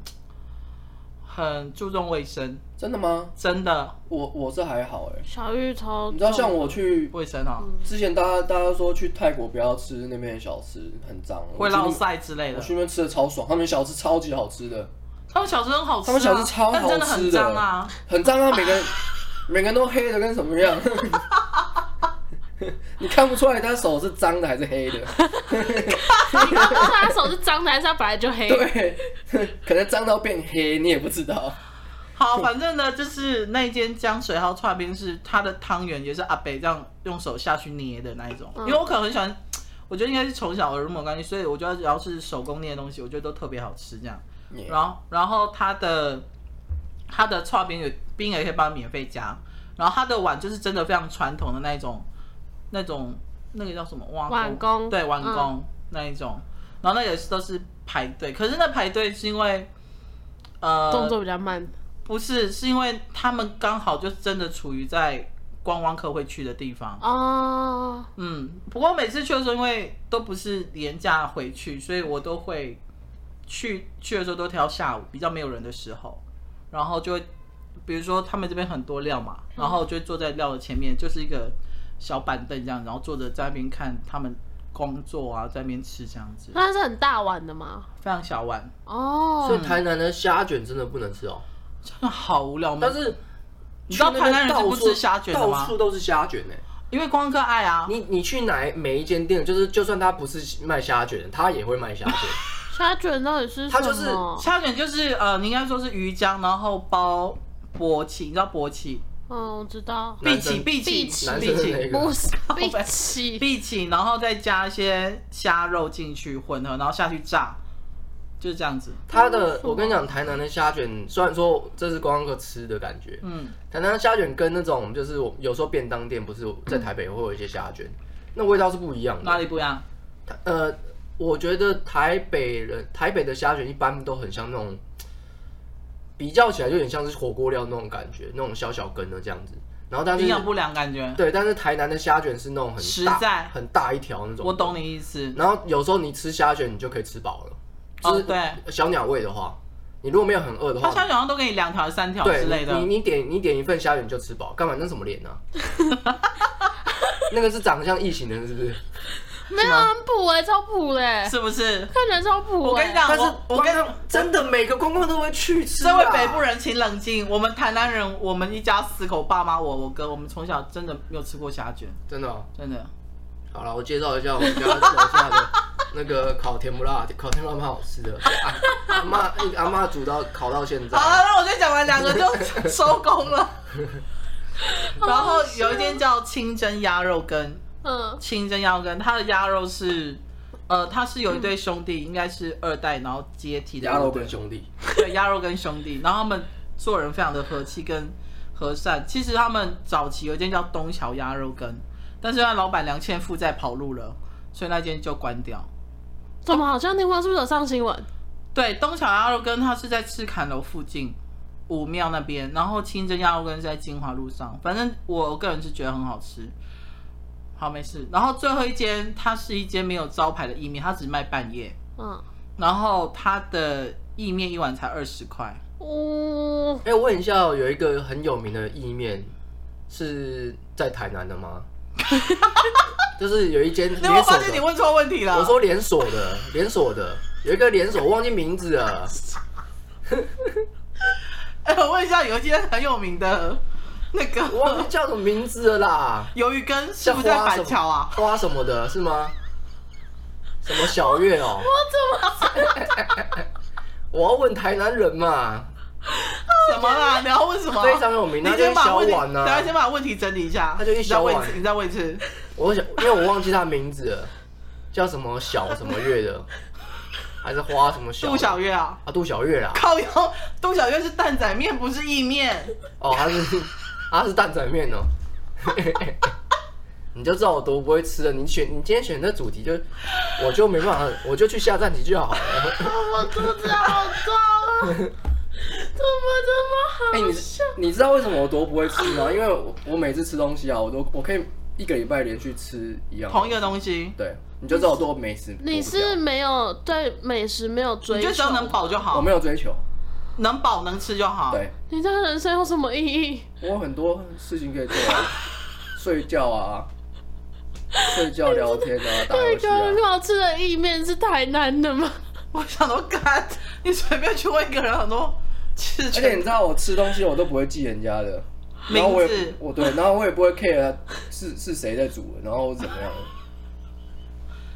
很注重卫生，
真的吗？
真的
我我是还好哎、
小玉超
你知道像我去
卫生哦，
之前，大家大家说去泰国不要吃那边的小吃，很脏，
会
我去那
落晒之类
我
的。
去那边吃的超爽，他们小吃超级好吃的，
他们小吃很好吃、啊，
他们小吃超
但真的
好
很
吃的
脏啊。
很脏啊，每个人每个人都黑的跟什么样。 你看不出来他手是脏的还是黑 的，
你刚刚说他手是脏的，还是他本来就黑？
对，可能脏到变黑，你也不知道。
好，反正呢，就是那间江水号串冰是它的汤圆也是阿北这样用手下去捏的那一种，
嗯
因为我可能很喜欢，我觉得应该是从小耳濡目染关系，所以我觉得只要是手工捏的东西，我觉得都特别好吃这样。
Yeah
然后，然后它的它的串冰有冰也可以帮你免费加，然后它的碗就是真的非常传统的那一种，那种那个叫什么碗
碗工
对碗
嗯
工、那一种，然后那也是都是排队，可是那排队是因为。呃，
动作比较慢。
不是，是因为他们刚好就真的处于在观光客会去的地
嗯
方。
哦，
嗯，不过每次去的时候，因为都不是廉价回去，所以我都会去去的时候都挑下午比较没有人的时候，然后就会比如说他们这边很多料嘛，然后就会坐在料的前面，就是一个小板凳这样，然后坐着在那边看他们工作啊，在那边吃这样子，
那它是很大碗的吗？
非常小碗，
哦，
所以台南的虾卷真的不能吃哦，
真的好无聊。我们
但是
嗯你知道
去那边
台南人是不
到处
吃虾卷的吗
到处都是虾卷呢、
因为观光客爱啊，
你你去哪每一间店，就是就算他不是卖虾卷的，他也会卖虾卷。
虾卷到底是
它就是
什么？
虾卷就是呃，你应该说是鱼浆，然后包 勃起，你知道勃起？
嗯，我知道，
碧
男生
起，碧起，
碧琪
男
碧
生的
起，
那
不
个，
是
北
碧琪，
碧起，然后再加一些虾肉进去混合，然后下去炸，就是这样子。
他 的我跟你讲，台南的虾卷虽然说这是观光客吃的感觉，
嗯，
台南的虾卷跟那种就是我有时候便当店不是在台北会有一些虾卷，那味道是不一样
哪
的。
里不一样？
呃，我觉得台北人台北的虾卷一般都很像那种，比较起来就有点像是火锅料那种感觉，那种小小根的这样子。然后但是
营养不良感觉。
对，但是台南的虾卷是那种很
实
大
在
很大一条那种。
我懂你意思。
然后有时候你吃虾卷，你就可以吃饱了。就
哦，
是
对，
小鸟胃的话，你如果没有很饿的
他
话，
虾卷好像都给你两条、三条
对
之类
你
的。
你你点你点一份虾卷就吃饱，干嘛那什么脸呢、啊？ 那个是长得像异形的人是不是？
啊
没有很普哎、超普哎、
是不是？
看起来超普、欸。
我跟你，讲，
但是
我我跟
真的每个观光都会去吃、啊。
身为北部，人，请冷静。我们台南人，我们一家四口，爸妈我我哥，我们从小真的没有吃过虾卷，
真的哦、
真的。
好了，我介绍一下我们家楼下的那个烤甜不辣，烤甜不辣蛮好吃的。啊阿妈阿妈煮到烤到现在
好，了，那我就讲完两个就收工了。然后有一间叫清蒸鸭肉羹，
嗯
清蒸鸭肉羹，它的鸭肉是，呃，它是有一对兄弟，应该是二代，然后接替的
鸭肉
对
跟兄弟，
对，鸭肉跟兄弟，然后他们做人非常的和气跟和善。其实他们早期有一间叫东桥鸭肉羹，但是他老板娘欠负债跑路了，所以那间就关掉。
怎么好像听过？是不是有上新闻？
对，东桥鸭肉羹它是在赤坎楼附近武庙那边，然后清蒸鸭肉羹是在金华路上，反正我个人是觉得很好吃。好，没事。然后最后一间，它是一间没有招牌的意面，它只卖半夜，
嗯，
然后它的意面一碗才二十块。
哦，
哎、我问一下哦，有一个很有名的意面是在台南的吗？ 就是有一间
你有没有
连锁
发现你
的，
问错问题了？
我说连锁的，连锁的有一个连锁，我忘记名字了。
哎，我问一下，有一间很有名的那
我忘
个
记叫什么名字了啦，
鱿鱼羹，是
像
不
花
是在
什
板
么
桥啊？
花什么的是吗？什么小月哦、我要问台南人嘛，
什么啦？你要问什么？啊
非常有名
你
那间
先把
小
问题，
碗啊
等下先把问题整理一下。
它就一
你再
小
问
碗
次你再问一次。
我想，因为我忘记他名字了，叫什么小什么月的，还是花什么小
杜小月啊，
啊？杜小月啦，
靠腰， 杜小月是蛋仔面，不是意面。
哦，他是他是蛋仔面哦， 你就知道我多不会吃了。你选你今天选的主题就，我就没办法，我就去下战棋就好了。
我肚子好痛啊！怎么这么好？
哎、你你知道为什么我多不会吃吗？因为我我每次吃东西啊，我都我可以一个礼拜连续吃一样的
同一个东西，
对，你就知道我多美食。
你是没有对美食没有追
你
求
就只？要能饱就
我
好
没，有追求，
能饱能吃就好。
对
你这个人生有什么意义？
我有很多事情可以做、啊， 睡觉啊，睡觉聊天啊，打
那
游戏
个很
啊。
好吃的意面是台南的 吗？
我想说，干，你随便去问一个人，很多事
而且你
情
知道我吃东西我都不会记人家的，然后我也
名字。
我对，然后我也不会 care 是是谁在煮，然后怎么样。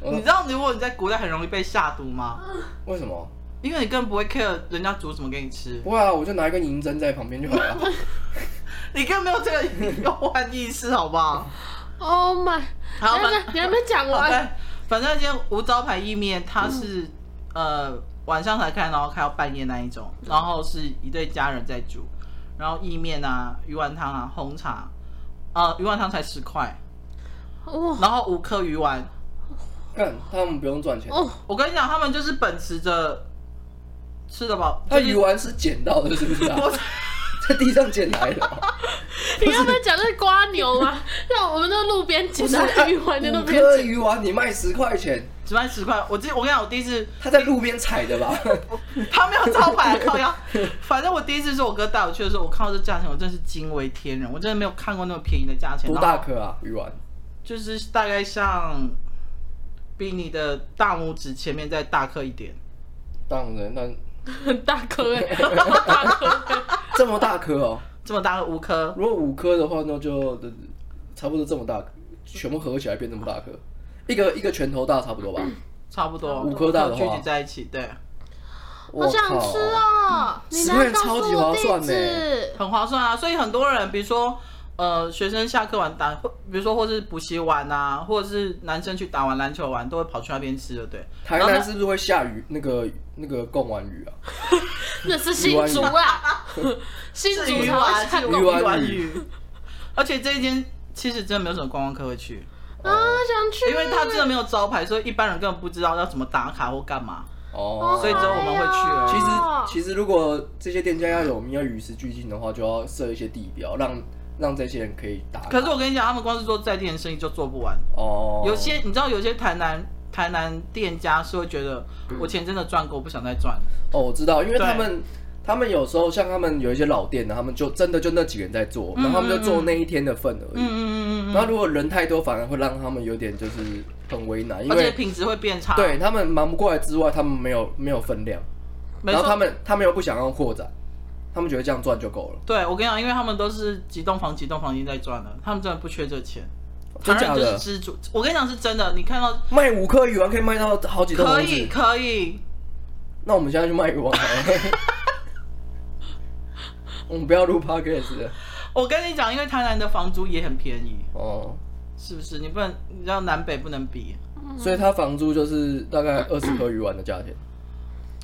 我
你知道，如果你在古代很容易被下毒吗？
为什么？
因为你根本不会 care 人家煮什么给你吃，
不会啊，我就拿一根银针在旁边就好 了。
你根本没有这个 忧患意识，好不好？
Oh my！
好，
你还
反
没你还没讲
对
完，，
哎
反正今天无招牌意面，它是、
嗯
呃晚上才开，然后开到半夜那一种，然后是一对家人在煮，然后意面啊、鱼丸汤啊、红茶，呃，鱼丸汤才十块，
哦
哇
然后五颗鱼丸。
看他们不用赚钱，
哦，
我跟你讲，他们就是秉持着吃得饱，
他
就是
哎鱼丸是捡到的，是不是啊？
我
在地上捡来的、啊，
你刚才讲的是瓜牛 吗？像我们那路边捡到的鱼丸在路
五
边
颗
捡，
鱼丸你卖十块钱，
只卖十块。我第我跟你讲，我第一次
他在路边采的吧？
他没有招牌、啊、靠腰。反正我第一次是我哥带我去的时候，我看到这价钱，我真是惊为天人，我真的没有看过那么便宜的价钱。
多
然后
大颗啊，鱼丸？
就是大概像比你的大拇指前面再大颗一点，
当然，那
很大颗哎、 大颗欸、
这么大颗哦。
这么大个五颗。
如果五颗的话，那就差不多这么大颗，全部合起来变这么大颗，一个一个拳头大差不多吧。
差不多
五颗大的话
聚集在一起，对，
我想吃
啊！
哦、你
十
来
块
告
超级
诉
划
我地
算
址
呢。
很划算啊。所以很多人，比如说，呃，学生下课完打，或比如说或是补习完啊，或者是男生去打完篮球完，都会跑去那边吃的，对。
台
然后
南
呢
是不是会下雨？那个那个贡丸鱼啊，
那是新竹啊， 新
是
竹
鱼
才会
丸，
看
是
过
鱼丸
鱼。而且这一间其实真的没有什么观光客会去，
啊，想去，
因为它真的没有招牌，所以一般人根本不知道要怎么打卡或干嘛。
哦，
所以只有我们会去而已
其实
哦
其实如果这些店家要有名要与时俱进的话，就要设一些地标，让让这些人可以打卡。
可是我跟你讲，他们光是做在地人生意就做不完。
哦，
有些你知道，有些台南台南店家是会觉得
嗯
我钱真的赚够，我不想再赚。
哦，我知道，因为
对
他们他们有时候像他们有一些老店呢，他们就真的就那几个人在做，然后他们就做那一天的份而已。
嗯嗯嗯嗯
然后如果人太多，反而会让他们有点就是很为难，
嗯，
因
而且
为
品质会变差。，
对他们忙不过来之外，他们没有没有分量，
没
然后他
错。
们他们又不想要扩展，他们觉得这样赚就够了。
对我跟你讲，因为他们都是几栋房几栋房已经在赚了，他们真的不缺这钱。
真
台
假
南就是
的？
知足，我跟你讲是真的。你看到
卖五颗鱼丸可以卖到好几栋
可
房
以
子，
可以，
那我们现在去卖鱼丸好了。 我们不要录 podcast 了
我跟你讲，因为台南的房租也很便宜，
哦，
是不是？你不能，你知道南北不能比。
所以他房租就是大概二十颗鱼丸的价钱。
嗯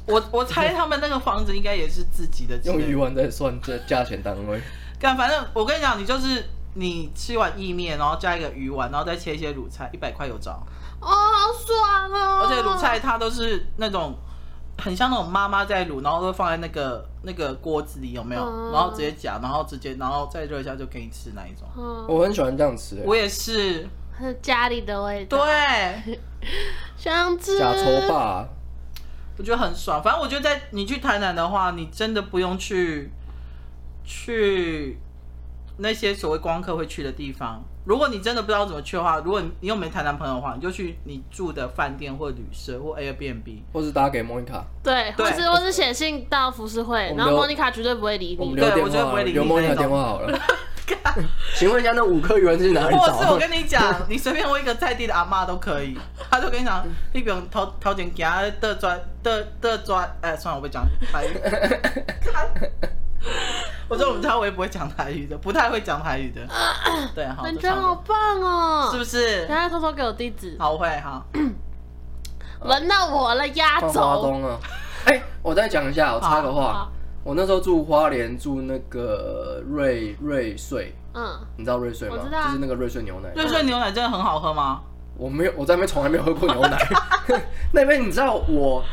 我我猜他们那个房子应该也是自己的钱
用。鱼丸在算这价钱单位。
干，反正我跟你讲，你就是你吃一碗意面，然后加一个鱼丸，然后再切一些卤菜，一百块有找。
哦，好爽哦！
而且卤菜它都是那种很像那种妈妈在卤，然后都放在那个那个锅子里，有没有？
嗯
然后直接夹，然后直接然后再热一下就给你吃那一种。
嗯，
我很喜欢这样吃、欸，
我也是，
是家里的味道，
对，
想吃
假抽霸、啊，
我觉得很爽。反正我觉得在你去台南的话，你真的不用去去那些所谓光客会去的地方。如果你真的不知道怎么去的话，如果你你又没台南朋友的话，你就去你住的饭店或旅社或 Airbnb。
或是打给莫妮卡，
对，
对
或是或是写信到浮世会
我，们
然后
留
莫妮卡绝对不会理
我们
你。
留
对
电
我觉得不
话，
会理
留
你
莫妮
那
卡
种
电话 好了。
请问一下，那五颗鱼丸是哪里
或者是
找
我？跟你讲，你随便问一个在地的阿嬷都可以，她就跟你讲，你不用掏掏钱给她的抓的的抓，哎，算了，我不会讲台语。我说我们家我也不会讲台语的，不太会讲台语的。对，好，
感
就
觉
差不
好
多
棒哦！
是不
是？
是
等？下偷偷给我地址，
好，我会好。
轮到我了，压
放花
轴。
东啊！哎、我再讲一下，我插个话
好，
我那时候住花莲，住那个瑞瑞穗，
嗯，
你知道瑞穗吗？
我知道啊
就是那个瑞穗牛奶。
瑞穗牛奶真的很好喝吗？
我没有，我 在那边从来没有喝过牛奶。 那边你知道我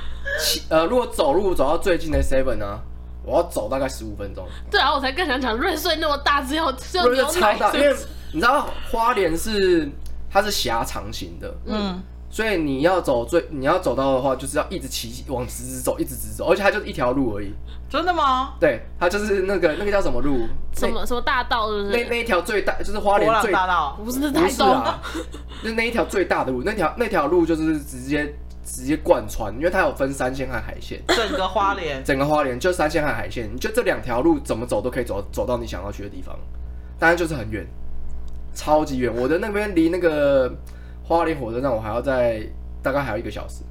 骑，呃，如果走路走到最近的 Seven 啊，我要走大概十五分钟。
对啊，我才更想讲瑞穗那么大，只有只有
瑞
牛
穗超
奶
大，因
是
为
不是
你知道花莲是它是狭长型的，
嗯，
所以你要走最你要走到的话，就是要一直骑往直直走，一直直走，而且它就一条路而已。
真的吗？
对，它就是那个那个叫什么路？
什么什么大道是不
那那
是？
那一条最大，就是花
博
莲
朗
最
大道，
不是，那
不
台
是
东。
啊，就是 那一条最大的路，那条那条路就是直接直接贯穿，因为它有分山线和海线，
整个花莲。
整个花莲就山线和海线，你就这两条路怎么走都可以走走到你想要去的地方，当然就是很远，超级远。我的那边离那个花莲火车站，我还要在大概还要一个小时。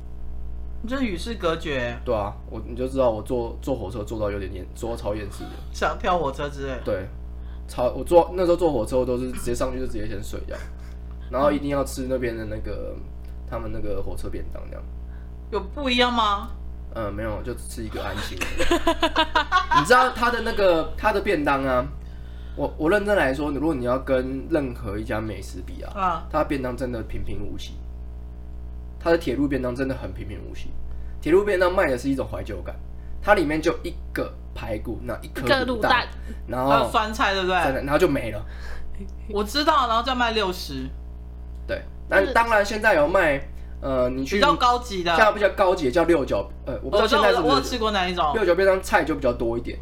你这与世隔绝，
对啊，我你就知道我坐坐火车坐到有点厌，坐到超厌世的。
想跳火车之类。
对，超我坐那时候坐火车，我都是直接上去就直接先睡觉，然后一定要吃那边的那个他们那个火车便当这样。
有不一样吗？
嗯，没有，就吃一个安心的。 你知道他的那个他的便当啊，我我认真来说，如果你要跟任何一家美食比啊，
啊，
他的便当真的平平无奇，他的铁路便当真的很平平无奇。铁路便当卖的是一种怀旧感，它里面就一个排骨，那一
一个
颗
卤蛋
蛋，然
还有
后
酸菜，对不
真
对？
的然后就没了。
我知道，然后再卖六十，
对，但当然现在有卖，呃，你去
比较高级的。哦
像比较高级的叫六角，呃，我不知道
我知
现
道，
在是
我
不
有
是
吃过那一种，
六角便当菜就比较多一点，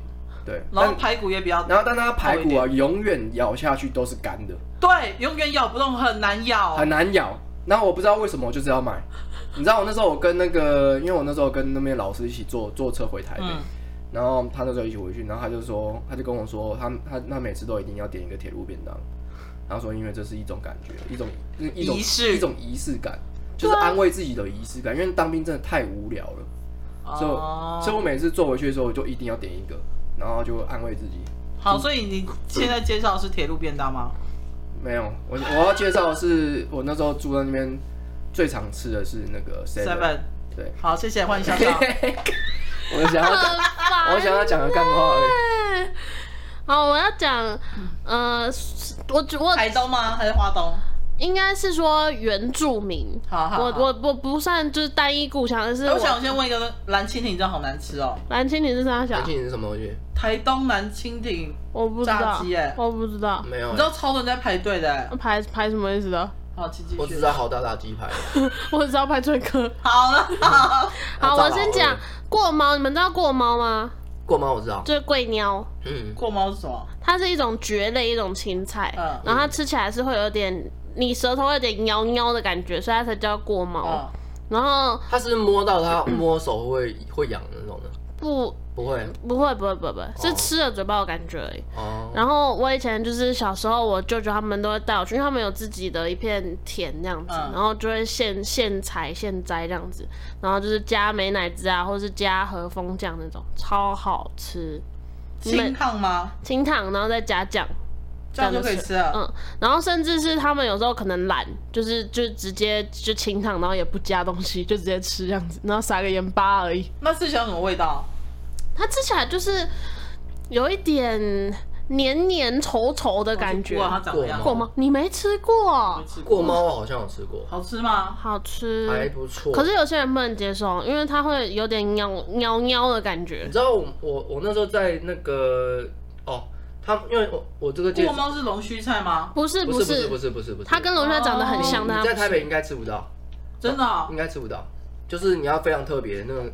对，
然
但
后排骨也比较，
然后但它排骨啊，永远咬下去都是干的，
对，永远咬不动，很难咬。
很难咬。然后我不知道为什么，我就是要买。你知道我那时候我跟那个，因为我那时候跟那边老师一起坐坐车回台北，
嗯，
然后他那时候一起回去，然后他就说，他就跟我说，他他他每次都一定要点一个铁路便当，然后说因为这是一种感觉，一种一种
仪式
一种仪式感，就是安慰自己的仪式感，因为当兵真的太无聊了。所以我所以
哦，
我每次坐回去的时候，我就一定要点一个，然后就安慰自己。
好，所以你现在介绍的是铁路便当吗？
没有，我我要介绍的是我那时候住在那边最常吃的是那个
seven，
对，
好，谢谢，欢迎 小小。
我想要
很烦
我想要讲个干话而已。
好，我要讲，呃，我我
台东吗？还是花东？
应该是说原住民。
好好好
我我我不算就是单一故乡，而是
啊哎我想先问一个，蓝蜻蜓真的好难吃哦，
蓝蜻蜓是啥小
蓝？蜻蜓是什么东西？
台东蓝蜻蜓，
我不知道
炸鸡欸，
我不知道
没有
你
欸、
知道超多人在排队的欸。
排排什么意思的，
好，请继续。
我只知道好大大鸡排。
我只知道排最哥。
好了， 好，
好，
炸
我
老
先
二
讲过猫，你们知道过猫吗？
过吗？我知道。
就是贵鸟，
嗯，
过猫是什么？
它是一种蕨类一种青菜，
哎
嗯
然后它吃起来是会有点，你舌头会有点挠挠的感觉，所以它才叫过猫。
哦，
然后
它是摸到它
嗯
摸手会会痒的那种的，
不
不会
不会不会不会不会，
哦
是吃了嘴巴有感觉而已。
哦。
嗯然后我以前就是小时候，我舅舅他们都会带我去，因为他们有自己的一片田这样子，
嗯
然后就会现现采现摘这样子，然后就是加美乃滋啊，或是加和风酱那种，超好吃。
清烫吗？
清汤，然后再加酱，
这样就可以吃了。
嗯，然后甚至是他们有时候可能懒，就是就直接就清汤，然后也不加东西，就直接吃这样子，然后撒个盐巴而已。
那是想什么味道？
它吃起来就是有一点黏黏稠稠的感觉。
哇，它长什么样子？
过吗？你没吃过
没？吃
过猫我好像有吃过，
好吃吗？
好吃。
还不错。
嗯可是有些人不能接受，因为它会有点喵喵喵的感觉
你。知道我我我那时候在那个哦，他因为我我这个介
过猫是龙须菜吗？
不是
不
是，
是不是不是不是，
它跟龙虾长得很像，
哦
但它
你在
不是
台北应该吃不到，
真的哦
应该吃不到，就是你要非常特别的 那种。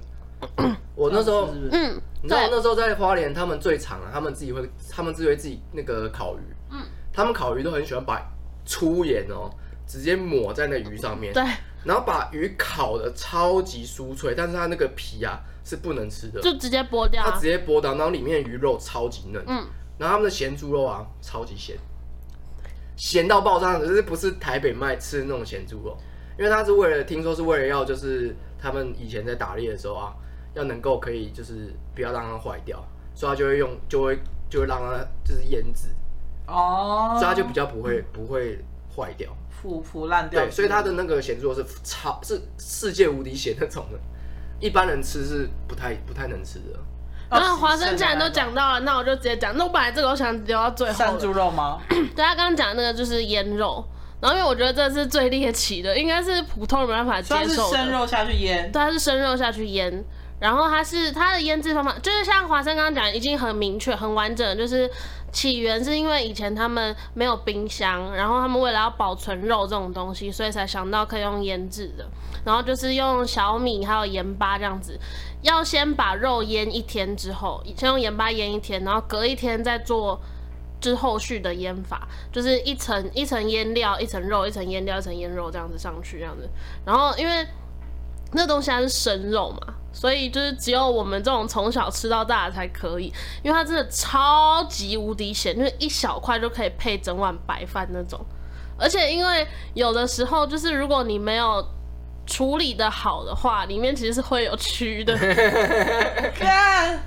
我那时候
是不是
嗯，
你知道
对，
那时候在花莲，他们最常啊，他们自己会，他们自己会自己那个烤鱼，嗯，他们烤鱼都很喜欢把粗盐哦，直接抹在那鱼上面，
对，
然后把鱼烤的超级酥脆，但是它那个皮啊是不能吃的，
就直接剥掉
它
啊
直。接剥到，然后里面的鱼肉超级嫩，
嗯，
然后他们的咸猪肉啊超级咸，咸到爆炸，可是不是台北卖吃的那种咸猪肉，因为它是为了听说是为了要就是他们以前在打猎的时候啊，要能够可以就是不要让它坏掉，所以他就会用就会就会让它就是腌制，
哦，
所以它就比较不
嗯
会不会坏掉，
腐腐烂掉。
对，所以它的那个咸猪肉是超是世界无敌咸那种的。一般人吃是不太不太能吃的，
哦
那啊华生既然都讲到了，那我就直接讲。那我本来这个我想留到最后
山
了。
猪肉吗？
对他刚刚讲的那个就是腌肉，然后因为我觉得这是最猎奇的，应该是普通人没办法接
算是
受的。
生
对，
肉下去腌。
它是生肉下去腌，然后它是它的腌制方法，就是像华生刚刚讲，已经很明确、很完整了，就是起源是因为以前他们没有冰箱，然后他们为了要保存肉这种东西，所以才想到可以用腌制的，然后就是用小米还有盐巴这样子。要先把肉腌一天之后，先用盐巴腌一天，然后隔一天再做就是后续的腌法，就是一层一层腌料，一层肉，一层腌料，一层腌肉这样子上去，这样子。然后因为那东西它是生肉嘛，所以就是只有我们这种从小吃到大的才可以，因为它真的超级无敌咸，就是一小块就可以配整碗白饭那种。而且因为有的时候就是如果你没有处理的好的话，里面其实是会有蛆的。
干，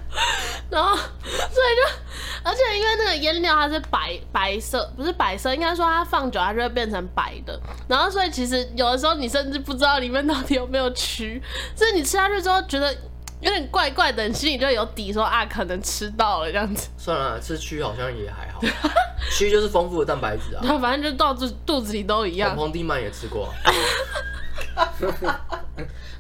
然后所以就，而且因为那个腌料它是白白色，不是白色，应该说它放久它就会变成白的。然后所以其实有的时候你甚至不知道里面到底有没有蛆，所以你吃下去之后觉得有点怪怪的，你心里就有底说啊，可能吃到了这样子。
算了，吃蛆好像也还 好，蛆就是丰富的蛋白质啊。
对，反正就到肚肚子里都一样
红。红地曼也吃过啊、
因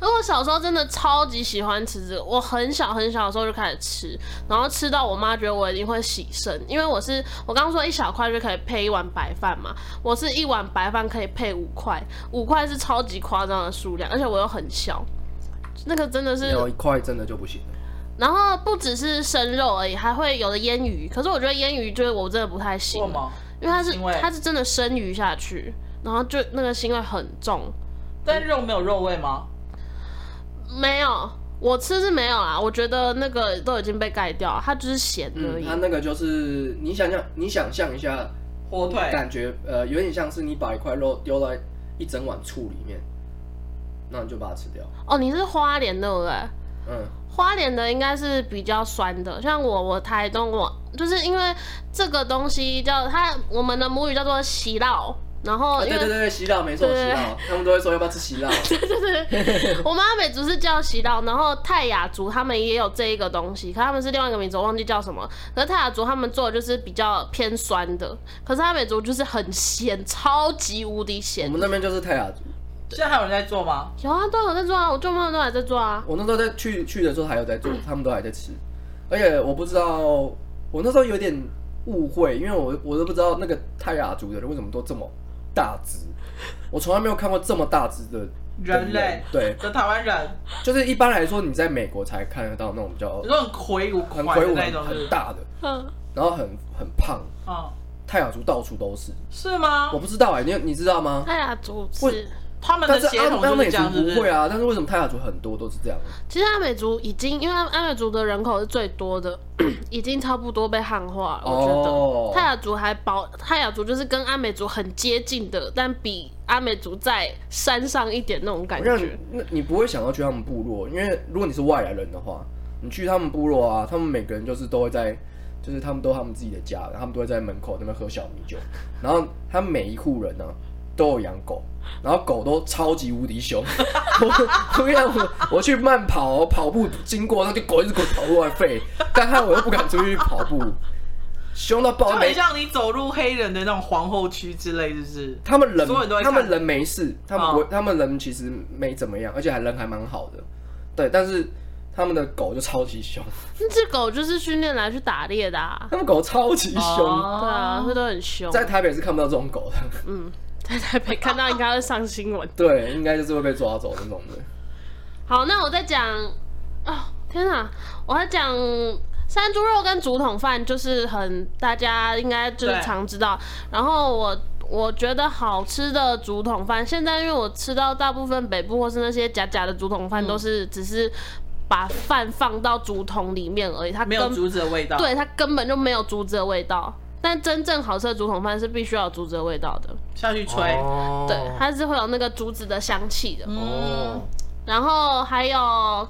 为我小时候真的超级喜欢吃这个，我很小很小的时候就开始吃，然后吃到我妈觉得我一定会洗肾，因为我是我刚刚说一小块就可以配一碗白饭嘛，我是一碗白饭可以配五块，五块是超级夸张的数量，而且我又很小，那个真的是
有一块真的就不行了。
然后不只是生肉而已，还会有的腌鱼。可是我觉得腌鱼就是我真的不太行
过，吗？
因为它是
腥味
它是真的生鱼下去，然后就那个腥味很重。
但肉没有肉味吗？
没有，我吃是没有啦。我觉得那个都已经被盖掉了，它就是咸而
嗯，
已。
它那个就是你想象，你想象一下，
火腿
感觉呃有点像是你把一块肉丢到一整碗醋里面，那你就把它吃掉。
哦，你是花莲对不对？
嗯，
花莲的应该是比较酸的，像我我台东我就是因为这个东西叫它我们的母语叫做洗酪，然后
啊
哦因
对
为
对对对，洗脑没错，洗
对对
脑，他们都会说要不要吃 洗脑，
我们阿美族是叫洗脑，然后泰雅族他们也有这一个东西，可他们是另外一个名字，我忘记叫什么。可是泰雅族他们做的就是比较偏酸的，可是阿美族就是很咸，超级无敌
我
咸
们。那边就是泰雅族，
现在还有人在做吗？
有啊，都有在做啊，我舅妈都还在做啊。
我那时候在去去的时候还有在做，
嗯
他们都还在吃，而且我不知道，我那时候有点误会，因为我我都不知道那个泰雅族的人为什么都这么大只，我从来没有看过这么大只的
人类
对，
的台湾人，
就是一般来说你在美国才看得到那种比较
你说很魁梧
很
款
魁
的
梧、
那
很
种，是不
很
是？
大的，
嗯，
然后很很胖，
嗯，
泰雅族到处都是，
是吗
我？不知道哎、你你知道吗？
泰雅族
喂
是，
他们
但
的
是
血
阿
统
阿
就
美
是这
族
样，是不
不会
是？
啊，但是为什么泰雅族很多都是这样？
其实阿美族已经，因为阿美族的人口是最多的， 已经差不多被汉化了。我觉得、
哦
泰雅族还保泰雅族就是跟阿美族很接近的，但比阿美族在山上一点那种感
让
觉。
那你不会想要去他们部落，因为如果你是外来人的话，你去他们部落啊，他们每个人就是都会在，就是他们都有他们自己的家，然后他们都会在门口那边喝小米酒，然后他们每一户人呢、都有养狗，然后狗都超级无敌凶。 我我跟你讲，我我去慢跑跑步经过，那就狗一直给我跑过来吠，但害我又不敢出去跑步，凶到爆。
就
每
很像你走入黑人的那种皇后区之类，是不是？
他们人
所有人都会
他
看
们人没事，他们不
哦
会，他们人其实没怎么样，而且还人还蛮好的，对，但是他们的狗就超级凶，
那只狗就是训练来去打猎的、啊，
他们狗超级凶，
哦
对啊，所以都很凶。
在台北是看不到这种狗的，
嗯， 在台北看到应该会上新闻。
对，应该就是会被抓走那种的。
好，那我再讲，哦，天哪，我在讲山猪肉跟竹筒饭，就是很大家应该就是
对
常知道。然后我我觉得好吃的竹筒饭，现在因为我吃到大部分北部或是那些假假的竹筒
嗯
饭，都是只是把饭放到竹筒里面而已，它
没有
根
竹子的味道。
对，它根本就没有竹子的味道。但真正好吃的竹筒饭是必须要有竹子的味道的，
下去吹。
哦
对，它是会有那个竹子的香气的。
嗯
哦，，
然后还有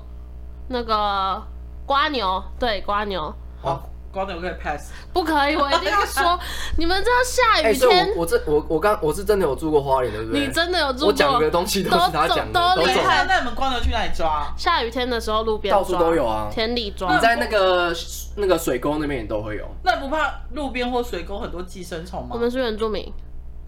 那个瓜牛，对瓜牛
好。
光头可以 pass。
不可以，我一定要说，你们知道下
哎，
雨
所以
天，
我我这我我刚我是真的有住过花莲，对不对？
你真的有住
我讲的
过？
东西都是他讲的，
都
都
厉
走
害
那你们光头去哪里抓？
下雨天的时候路边
到处
抓
都有啊
田里抓
你。在那个那个水沟那边也都会有，
那不怕路边或水沟很多寄生虫吗
我？们是原住民，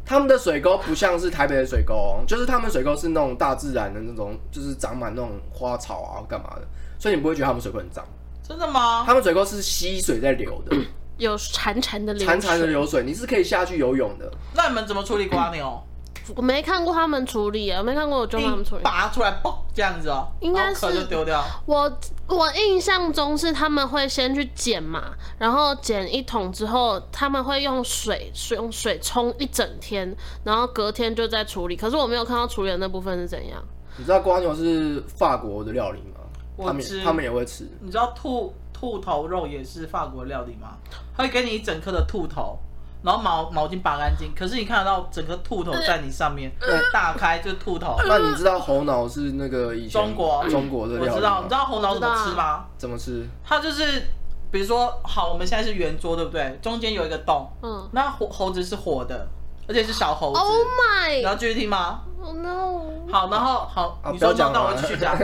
他们的水沟不像是台北的水沟、哦，就是他们水沟是那种大自然的那种，就是长满那种花草啊干嘛的，所以你不会觉得他们水沟很脏，
真的吗？
他们水沟是溪水在流的。
有潺潺的流
潺潺的
水，
流水，你是可以下去游啊泳的。
那你们怎么处理瓜牛？
我没看过他们处理啊，我没看过我舅嗯妈他们处理。
拔出来，嘣，这样子哦，
应该
然后壳
是
就丢掉。
我我印象中是他们会先去捡嘛，然后捡一桶之后，他们会用水水用水冲一整天，然后隔天就再处理。可是我没有看到处理的那部分是怎样。
你知道瓜牛是法国的料理吗？
我
他们
知
也他们也会吃。
你知道兔兔头肉也是法国料理吗？它会给你一整颗的兔头，然后毛毛巾拔干净，可是你看得到整个兔头在你上面，
嗯
打开就是兔头。
那你知道猴脑是那个以前
中国
中国的
我
料理吗？
知道，你知道红脑怎么
我
吃
知
吗
道？
怎么吃？
它就是，比如说，好，我们现在是圆桌，对不对？中间有一个洞，
嗯
那猴猴子是活的，而且是小猴子。
，Oh
你
my
要继续听吗？
oh no！
好，然后好，
啊
你
不要
说
讲
no，
了
那我继续 讲。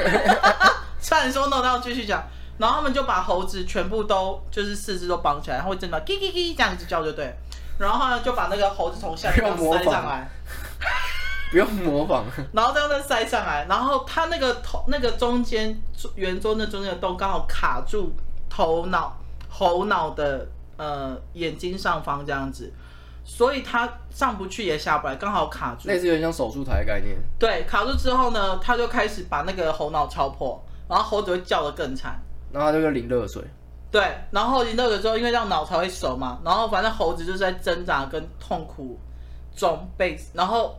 差点说 no，那我继续讲。然后他们就把猴子全部都就是四肢都绑起来，然后会真的叽叽叽这样子叫就对。然后呢，就把那个猴子从下面
不要模
塞
仿
上来，
不用模仿，
然后这样再塞上来，然后它那个头那个中间圆桌那中间的洞刚好卡住头脑猴脑的呃眼睛上方这样子，所以它上不去也下不来，刚好卡住
类。似有点像手术台的概念。
对，卡住之后呢，它就开始把那个猴脑敲破，然后猴子会叫得更惨。
然后它就会淋热水，
对，然后你那个时候因为让脑才会熟嘛，然后反正猴子就是在挣扎跟痛苦中被，然后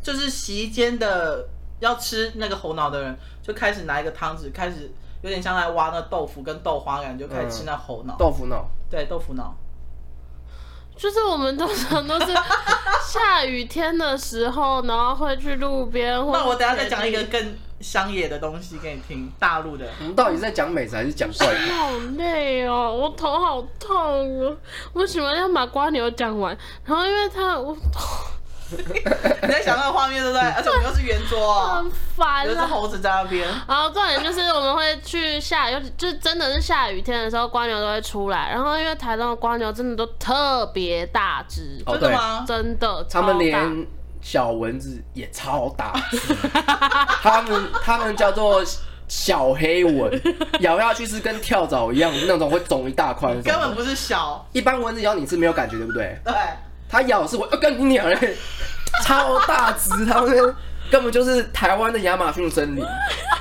就是洗衣间的要吃那个猴脑的人就开始拿一个汤匙，开始有点像在挖那豆腐跟豆花感觉，就开始吃那猴脑，
豆腐脑。
对，豆腐脑。
就是我们通常都是下雨天的时候，然后会去路边或。
那我等一下再讲一个。更乡野的东西给你听，大陆的。
我们到底是在讲美食还是讲怪物？
好累哦，我头好痛哦。我喜欢要把瓜牛讲完，然后因为他我
你在想那个画面 对不对？而且我们又是圆桌 哦
很，烦
有一只
啊。
猴子在那边，
然后重点就是我们会去下，尤其就是真的是下雨天的时候，瓜牛都会出来。然后因为台东的瓜牛真的都特别大只，
哦
真的吗？
真的
他们
超大
连小蚊子也超大只，他们他们叫做小黑蚊，咬下去是跟跳蚤一样那种，会肿一大块那种。
根本不是小，
一般蚊子咬你是没有感觉，对不对？
对，
它咬是我，呃、跟你娘嘞，超大只，它们根本就是台湾的亚马逊森林。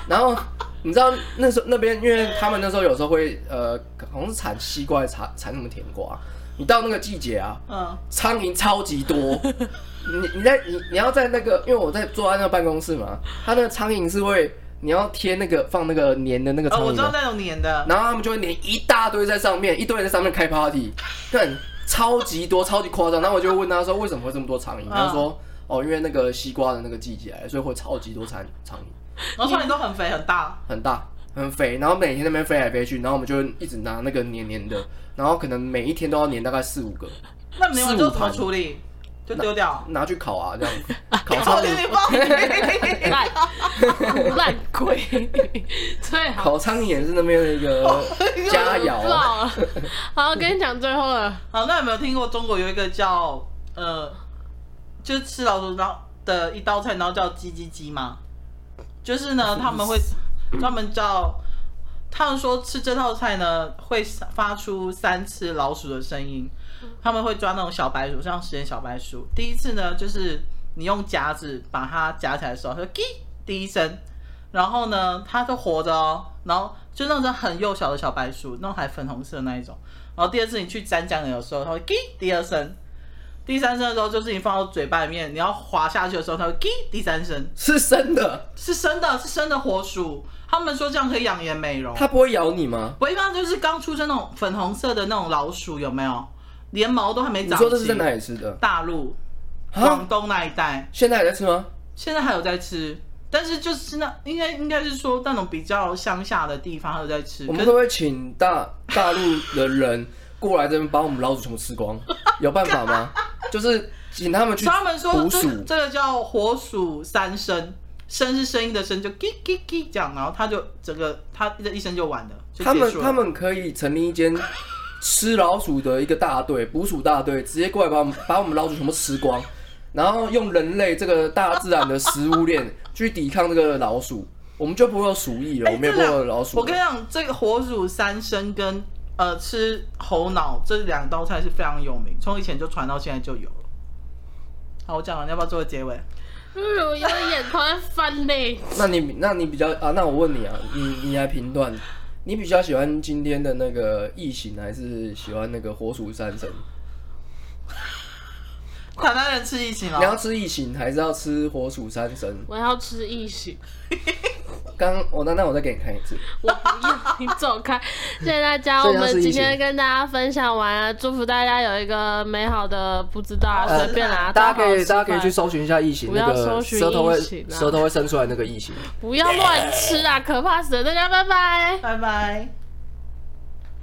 然后你知道那时候那边，因为他们那时候有时候会呃，好像是产西瓜，产产什么甜瓜。你到那个季节啊，
嗯，
苍蝇超级 多。你你在你你要在那个，因为我在坐在那个办公室嘛，它那个苍蝇是会，你要贴那个放那个粘的那个
哦，
苍
我
蝇
知
嘛
道那种粘的，
然后他们就会粘一大堆在上面，一堆人在上面开 party，看超级多，超级夸张。然后我就问他说，为什么会这么多苍蝇？
嗯
他说，哦，因为那个西瓜的那个季节来，所以会超级多苍苍蝇，
然后上面都很肥很大，
很大很肥，然后每天那边飞来飞去，然后我们就一直拿那个黏黏的，然后可能每一天都要黏大概四五个，
那你们就怎么处理？就丢掉，哎
拿去烤啊，这样 烤
我
苍
给
蝇，
你 放
烂烂鬼，最好
烤苍蝇也是那边的一
哦
个佳肴。啊
爆了。好，跟你讲最后了，
好，那有没有听过中国有一个叫呃，就是吃老鼠刀的一道菜，然后叫鸡鸡鸡吗？就是呢，他们会专门叫，他们说吃这道菜呢会发出三次老鼠的声音，他们会抓那种小白鼠，像实验小白鼠。第一次呢，就是你用夹子把它夹起来的时候，它就叽第一声，然后呢，它就活着哦，然后就那种很幼小的小白鼠，那种还粉红色的那一种。然后第二次你去沾酱油的时候，它会叽第二声，第三声的时候就是你放到嘴巴里面，你要滑下去的时候，它会叽第三声，
是生的，
是生的，是生的活鼠。他们说这样可以养颜美容。
它不会咬你吗？
我一般就是刚出生那种粉红色的那种老鼠，有没有？连毛都还没
你
长齐。
说这是在哪里吃的？
大陆、
啊
广，东那一带，
现在还在吃吗？
现在还有在吃，但是就是那应该应该是说那种比较乡下的地方还有在吃。
我
可
们
是
会不会请大大陆的人过来这边把我们老鼠全部吃光？有办法 吗？就是请他们去
所以他们说
捕
这
鼠，
这个叫火鼠三声，声是声音的声，就叽叽叽这样，然后它就整个它的一声就完了，就
他
结
们
束了。
他们可以成立一间吃老鼠的一个大队， 捕鼠大队，直接过来把我们把我们老鼠全部吃光，然后用人类这个大自然的食物链去抵抗这个老鼠，我们就不会有鼠疫了，
哎
我们也不
这
会
两
有老鼠
我
了。
跟你讲，这个火鼠三生跟呃吃猴脑这两道菜是非常有名，从以前就传到现在就有了。好，我讲完，你要不要做个结尾？
就是哎我有眼眶在翻泪。
那你那你比较啊？那我问你啊，你你来评断，你比较喜欢今天的那个异形，还是喜欢那个火鼠三神？
台南人吃疫情
你要
了，
吃异形，还是要吃火鼠三神？
我要吃异形，
刚我那那我再给你看一次，
我 不要你走开！谢谢大家，我
所以要吃
们
异
今
形
天跟大家分享完了，祝福大家有一个美好的不知道啊
呃
随便啦，
大家可
都好
以大家
吃饭
可以去搜寻一下异形，
不要
那
搜
个
寻
舌头会
异形啊
舌头会伸出来那个异形。
不要乱吃啊，可怕死了！大家拜拜。
拜拜。